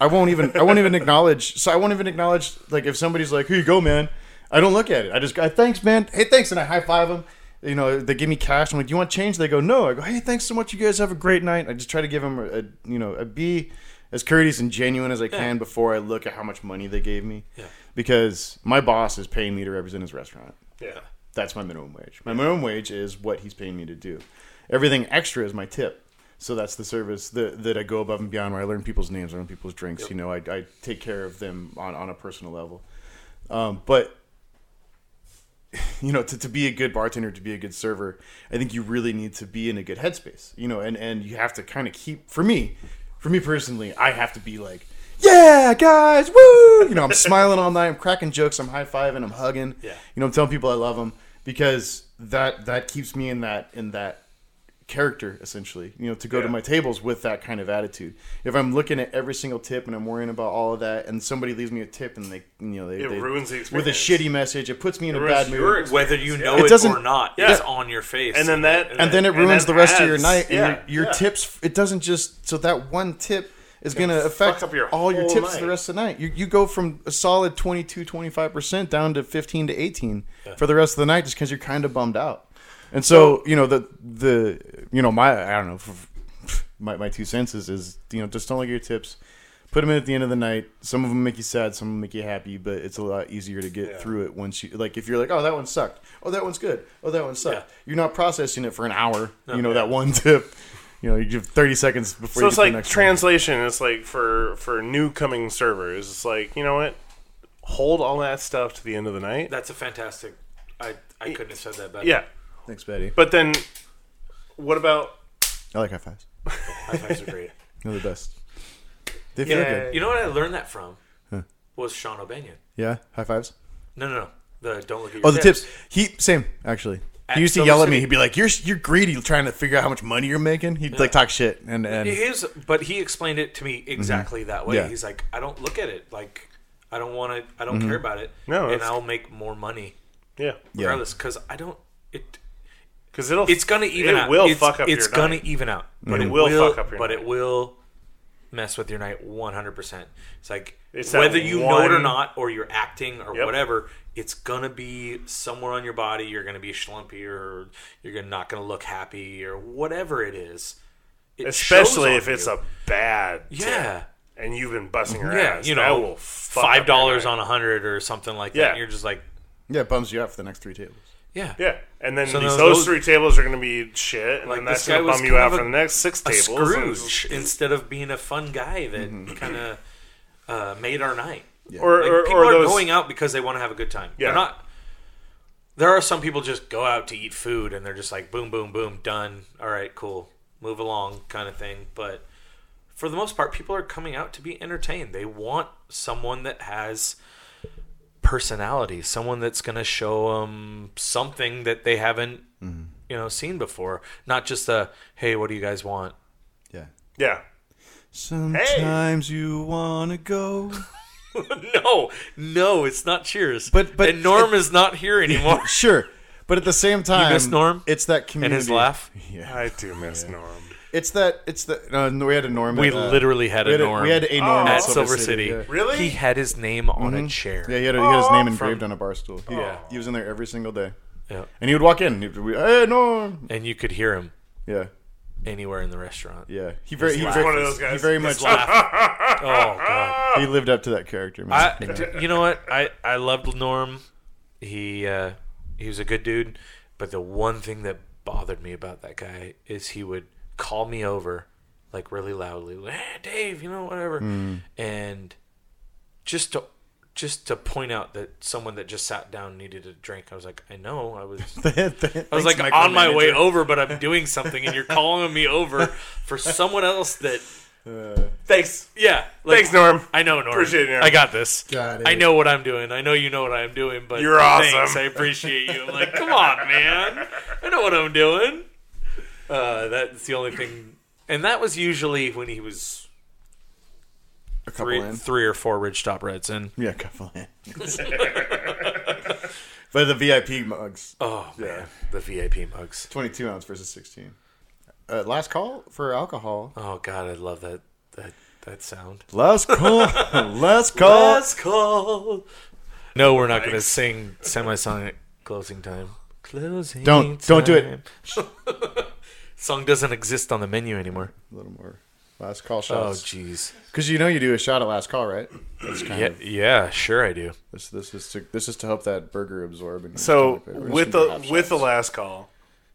C: I won't even I won't even acknowledge so I won't even acknowledge like if somebody's like here you go man I don't look at it I just go thanks man hey thanks and I high five them you know they give me cash I'm like do you want change they go no I go hey thanks so much you guys have a great night I just try to give them a, a you know a B as courteous and genuine as I can before I look at how much money they gave me
D: Yeah.
C: because my boss is paying me to represent his restaurant
B: Yeah.
C: that's my minimum wage. My minimum wage is what he's paying me to do. Everything extra is my tip. So that's the service that, that I go above and beyond where I learn people's names, I learn people's drinks. You know, I, I take care of them on, on a personal level. Um, but, you know, to, to be a good bartender, to be a good server, I think you really need to be in a good headspace, you know, and, and you have to kind of keep, for me, for me personally, I have to be like, yeah, guys, woo! You know, I'm smiling all night, I'm cracking jokes, I'm high fiving, I'm hugging.
D: Yeah.
C: You know, I'm telling people I love them because that that keeps me in that in that character essentially. You know, to go to my tables with that kind of attitude. If I'm looking at every single tip and I'm worrying about all of that, and somebody leaves me a tip and they, you know, they,
B: It
C: they-
B: ruins the
C: with a
B: experience.
C: shitty message, it puts me in a
B: ruins
C: bad mood.
B: your experience.
D: whether you know
C: It
D: it,
C: doesn't-
D: or not,
B: Yeah.
D: it's on your face.
B: And then that-
C: and then it
B: And
C: ruins
B: that
C: the rest of your
B: adds-
C: night. And
B: yeah,
C: your, your
B: yeah.
C: tips, it doesn't just so that one tip is going to
B: fuck
C: affect
B: up your
C: all your
B: whole
C: tips
B: night.
C: the rest of the night. You, you go from a solid 22, 25 percent down to fifteen to eighteen for the rest of the night just because you're kind of bummed out. And so you know the the you know my I don't know f- f- my my two senses is you know just don't like your tips. Put them in at the end of the night. Some of them make you sad, some of them make you happy, but it's a lot easier to get through it once you like. If you're like, oh, that one sucked. Oh, that one's good. Oh, that one sucked.
D: Yeah.
C: You're not processing it for an hour. you know that one tip. You know, you give 30 seconds before
B: So
C: you get to
B: it's
C: the
B: like
C: next one.
B: translation. It's like for for new coming servers. It's like you know what? Hold all that stuff to the end of the night.
D: that's a fantastic. I I couldn't have said that better.
B: yeah,
C: Thanks, Betty.
B: but then what about?
C: I like high fives.
D: high fives are great.
C: They're the best. They feel
D: Yeah,
C: good.
D: you know what I learned that from was Sean O'Banion.
C: Yeah, high fives.
D: No, no, no. The don't look at your
C: Oh, the tips. He same actually.
D: At
C: He used to
D: Silver
C: yell at me.
D: City.
C: He'd be like, "You're you're greedy, trying to figure out how much money you're making." He'd like talk shit and and
D: His, but he explained it to me exactly that way.
C: Mm-hmm. Yeah.
D: He's like, I don't look at it. Like, I don't want to. I don't
C: Mm-hmm.
D: care about it.
B: No,
D: and
B: that's-
D: I'll make more money
B: Yeah,
D: regardless because I don't. It
B: because it'll
D: it's gonna even
B: it
D: out.
B: will
D: it's,
B: fuck up.
D: It's
B: your
D: gonna
B: night.
D: even out, but
B: It
D: it
B: will
D: will,
B: fuck up your
D: But
B: night.
D: it will mess with your night one hundred percent. It's like
B: It's that
D: whether you know it or
B: one-
D: not, or you're acting or
B: Yep.
D: whatever, it's gonna be somewhere on your body. You're gonna be schlumpy, or you're gonna not gonna look happy, or whatever it is. It
B: especially
D: shows
B: if
D: on
B: it's
D: you.
B: a bad tip
D: Yeah.
B: and you've been busting your
D: yeah,
B: ass.
D: you
B: that
D: know,
B: will fuck up your
D: five dollars
B: night.
D: on a hundred or something like that.
B: Yeah.
D: and you're just like,
C: yeah, it bums you out for the next three tables.
D: yeah,
B: Yeah, and then
D: So
B: these,
D: those-
B: those
D: those-
B: three tables are going to be shit, and
D: Like,
B: then that's
D: this guy
B: going to
D: was
B: bum you
D: kind
B: out
D: of
B: for
D: a-
B: the next six
D: a
B: tables. and- Mm-hmm.
D: Scrooge instead of being a fun guy that kind of uh, made our night.
B: or
D: Like,
B: or,
D: people
B: or
D: are
B: those
D: going out because they want to have a good time.
B: Yeah.
D: They're not. There are some people just go out to eat food and they're just like boom, boom, boom, done. All right, cool, move along, kind of thing. But for the most part, people are coming out to be entertained. They want someone that has personality, someone that's going to show them something that they haven't,
B: Mm-hmm.
D: you know, seen before. Not just a hey, what do you guys want?
C: Yeah.
B: yeah.
C: Sometimes you wanna go.
D: no, no, it's not Cheers.
C: But- but-
D: and Norm is not here anymore.
C: sure, but at the same time,
D: miss Norm?
C: It's that community
D: and his laugh.
C: Yeah,
B: I do miss Norm.
C: It's that. It's the. No, no, we had a norm.
D: We
C: at, uh,
D: literally had
C: we
D: a
C: had
D: norm.
C: We had a norm
D: at Silver City.
C: yeah. Mm-hmm.
B: Really?
D: He had his name on a chair.
C: Yeah, he had, a, he had his name
B: Oh,
C: engraved on a bar stool. He,
B: Yeah.
C: he was in there every single day,
D: Yeah.
C: and he would walk in. And he'd be, hey, Norm.
D: And you could hear him
C: Yeah,
D: anywhere in the restaurant.
C: yeah. He very, he
B: He's
C: very,
B: one of those
C: he
B: guys.
C: very much
D: His laugh. oh god.
C: he lived up to that character. Man.
D: I,
C: Yeah.
D: d- you know what? I, I loved Norm. He uh, he was a good dude, but the one thing that bothered me about that guy is he would call me over like really loudly, "Eh, Dave, you know whatever, and just to just to point out that someone that just sat down needed a drink. I was like, I know, I was I was like on my way over, but I'm doing something, and you're calling me over for someone else that
B: Thanks.
D: yeah. like-
B: Thanks, Norm.
D: I know, Norm.
B: Appreciate it, Norm.
D: I got this.
C: Got it.
D: I know what I'm doing. I know you know what I'm doing, but
B: You're
D: Thanks,
B: awesome.
D: I appreciate you. I'm like, come on, man. I know what I'm doing. Uh, that's the only thing, and that was usually when he was
C: A couple
D: three,
C: in.
D: three or four Ridge Top Reds, and
C: Yeah, a couple in. but the VIP mugs,
D: oh man, the VIP mugs.
C: twenty-two ounce versus sixteen. Uh, last call for alcohol.
D: Oh god, I love that that that sound.
C: Last call. last call.
D: call. No, we're not going to sing semi-sonic closing time. Closing.
C: Don't- don't do it.
D: time. Song doesn't exist on the menu anymore.
C: A little more. Last call
D: Oh,
C: shots.
D: jeez.
C: Because you know you do a shot at last call, right? That's kind
D: Yeah,
C: of
D: yeah, sure I do.
C: this. This is to this is to help that burger absorb. And
B: So
C: We're just
B: with
C: gonna do
B: the
C: half
B: with the
C: shots.
B: last call,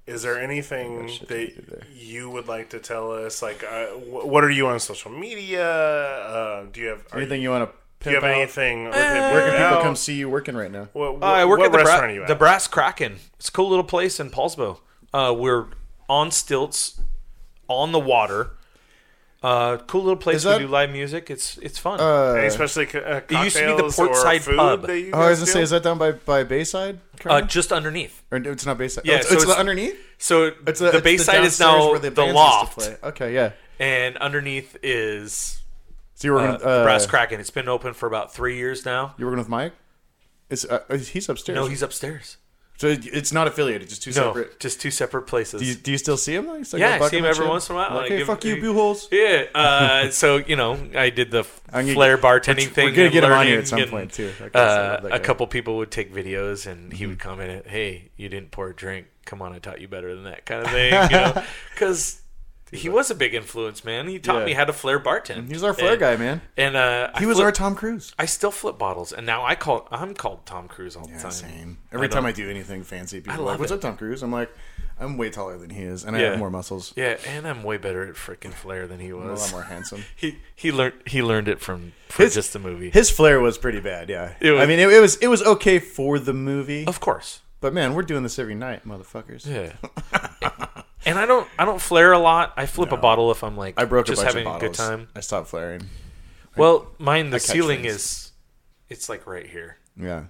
B: is there anything
C: shit
B: that
C: we did there.
B: you would like to tell us? Like, uh, wh- what are you on social media? Uh, do you have are
C: anything you want to
B: You, do you
C: pimp
B: have
C: out?
B: anything?
D: Uh,
B: with
C: Where
B: it?
C: can people
B: Now,
C: come see you working right now?
B: What, what,
D: I work
B: what
D: at the, Bra-
B: restaurant are you at?
D: the Brass Kraken. It's a cool little place in Paulsbo. Uh, we're on stilts, on the water. Uh, cool little place.
C: Is that-
D: we do live music. It's it's fun.
B: Any especially co- uh,
D: It used to be the
B: cocktails
D: port
B: or
D: side
B: food
D: pub.
B: that you
C: Oh, I was
B: guys
C: gonna say,
B: do?
C: is that down by by Bayside?
D: uh,
C: kinda?
D: just underneath.
C: or no, it's not Bayside.
D: yeah,
C: oh, it's,
D: so
C: it's
D: it's-
C: the underneath.
D: So
C: It's
D: the
C: it's
D: Bayside is
C: downstairs
D: now
C: where
D: the,
C: bands used to
D: loft,
C: play. Okay, yeah.
D: and underneath is
C: So you were
D: uh,
C: working, uh,
D: the Brass Kraken. It's been open for about three years now.
C: You were working with Mike? Is uh, is- he's upstairs?
D: No, he's upstairs.
C: so it- it's not affiliated. Just two
D: No,
C: separate.
D: just two separate places.
C: Do you, do you still see him? though? He's like
D: yeah,
C: a
D: I
C: buck
D: see
C: on
D: him
C: the
D: every
C: chin.
D: once in a while.
C: Like,
D: I
C: hey,
D: give-
C: fuck you, boo holes.
D: Yeah. Uh, so you know, I did the
C: I'm gonna
D: flair
C: get-
D: bartending thing.
C: we're gonna
D: and
C: get him on here
D: learning
C: at some
D: and,
C: point, too. I guess I
D: Uh,
C: love that
D: a
C: guy.
D: couple people would take videos, and he
C: Mm-hmm.
D: would comment, "Hey, you didn't pour a drink. Come on, I taught you better than that kind of thing." You know, because he was a big influence, man. He taught
C: Yeah.
D: me how to flair bartend.
C: He was our flair
D: And-
C: guy, man.
D: and uh, I
C: He was
D: flip-
C: our Tom Cruise.
D: I still flip bottles, and now I call. I'm called Tom Cruise all the time.
C: Every
D: I don't-
C: time I do anything fancy, people are
D: love
C: like, "What's
D: it.
C: up, Tom Cruise?" I'm like, "I'm way taller than he is, and I
D: Yeah.
C: have more muscles.
D: Yeah, and I'm way better at freaking flair than he
C: I'm a lot
D: was.
C: more handsome."
D: He he learned he learned it from, from
C: His-
D: just the movie.
C: His flair was pretty bad. Yeah,
D: It was-
C: I mean, it, it was it was okay for the movie,
D: of course.
C: but man, we're doing this every night, motherfuckers.
D: Yeah. and I don't I don't flare a lot. I flip a bottle if I'm like
C: I broke
D: just
C: a bunch
D: having
C: of
D: a
C: bottles.
D: good time.
C: I stopped flaring.
D: Well, mine the
C: catch
D: ceiling
C: things.
D: is it's like right here.
C: Yeah,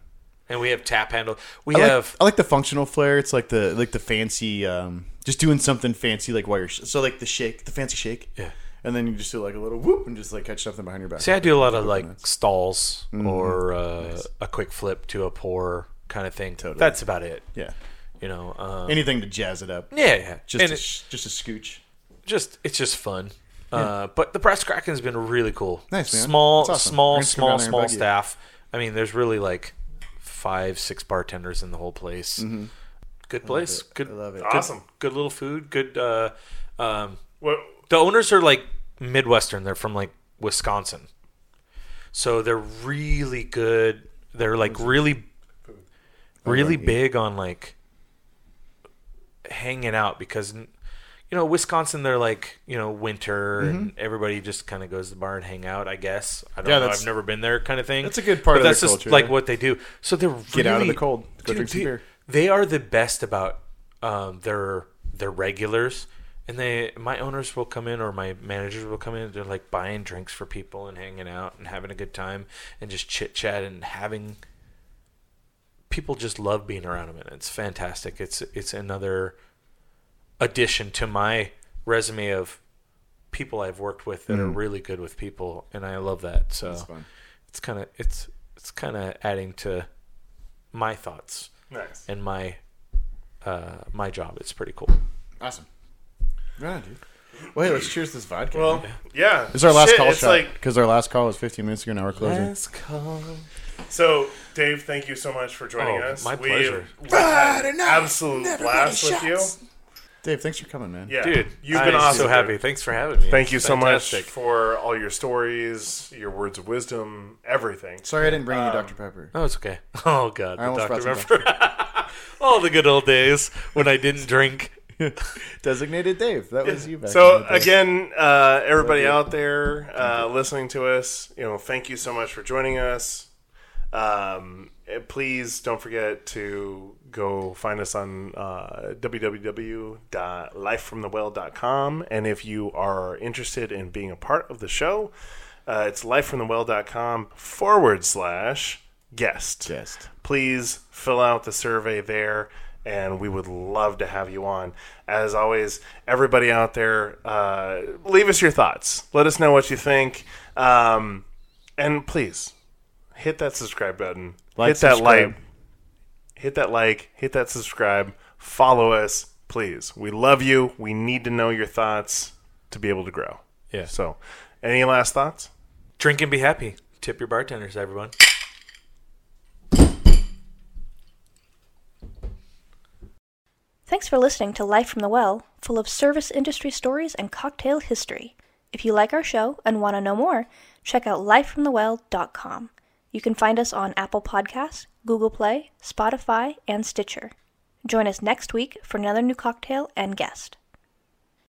D: And we have tap handle. We
C: I like,
D: have
C: I like the functional flair. It's like the like the fancy, um, just doing something fancy, like while you're sh- so like the shake, the fancy shake.
D: Yeah.
C: and then you just do like a little whoop and just like catch something behind your back.
D: See, I do a lot of like stalls
C: Mm-hmm.
D: or uh, a quick flip to a pour kind of thing. Totally. That's about it.
C: yeah,
D: You know, um,
C: anything to jazz it up.
D: yeah, yeah.
C: Just
D: and
C: a,
D: it-
C: sh- just a scooch.
D: just it's just fun. Uh, but the Brass Kraken's been really cool.
C: Nice, man.
D: Small,
C: That's awesome. We're gonna
D: small,
C: come down
D: small,
C: there and
D: small
C: bug you.
D: staff. I mean, there's really like five, six bartenders in the whole place.
C: Mm-hmm.
D: Good place. Good,
C: I love it.
D: good-
B: Awesome.
D: Good little food. Good. Uh, um,
B: What,
D: the owners are like Midwestern. They're from like Wisconsin, so they're really good. They're like really, really big on like hanging out because you know Wisconsin. They're like you know winter and everybody just kind of goes to the bar and hang out. I guess I don't
C: Yeah,
D: know.
C: that's-
D: I've never been there, kind of thing.
C: that's a good part
D: But
C: of
D: that's
C: their
D: just
C: culture,
D: like
C: yeah.
D: what they do. So they're
C: Get out of the
D: really-
C: cold. Go
D: Dude,
C: drink some
D: they-
C: beer.
D: They are the best about um, their their regulars, and they my owners will come in or my managers will come in. They're like buying drinks for people and hanging out and having a good time and just chit chat and having. People just love being around them, and it's fantastic. It's it's another addition to my resume of people I've worked with that are really good with people, and I love that. So
C: Mm. fun.
D: it's kind of it's it's kind of adding to my thoughts
B: nice.
D: and my uh, my job. It's pretty cool.
C: Awesome. Right, dude. Well, hey, let's cheers this vodka.
B: Well, yeah.
C: this is our last
B: Shit,
C: call
B: it's
C: shot
B: Like,
C: because our last call was 15 minutes ago. Now we're closing.
B: so, Dave, thank you so much for joining
D: Oh,
B: us.
D: my
B: We-
D: pleasure.
B: we've had an absolute blast with you.
C: Dave, thanks for coming, man.
B: Yeah,
D: Dude,
B: you've been
D: I'm
B: awesome.
D: so happy. Thanks for having me.
B: Thank you so much
D: Fantastic.
B: for all your stories, your words of wisdom, everything.
C: Sorry I didn't bring
D: Um,
C: you Dr. Pepper.
D: No, it's okay. Oh God,
C: I almost
D: the doctor
C: brought some
D: remember all the good old days when I didn't drink.
C: Designated Dave. That was you back in
B: So
C: the day.
B: again, uh, everybody out there uh, listening to us, you know, thank you so much for joining us. Um, eh, please don't forget to go find us on uh, www.lifefromthewell.com, and if you are interested in being a part of the show, uh, it's lifefromthewell.com forward slash guest.
C: Guest.
B: Please fill out the survey there, and we would love to have you on. As always, everybody out there, uh, leave us your thoughts. Let us know what you think. Um, and please hit that subscribe button.
C: Like,
B: hit that
C: subscribe.
B: like. Hit that like. Hit that subscribe. Follow us, please. We love you. We need to know your thoughts to be able to grow.
D: Yeah.
B: So, any last thoughts?
D: Drink and be happy. Tip your bartenders, everyone.
E: Thanks for listening to Life from the Well, full of service industry stories and cocktail history. If you like our show and want to know more, check out lifefromthewell.com. You can find us on Apple Podcasts, Google Play, Spotify, and Stitcher. Join us next week for another new cocktail and guest.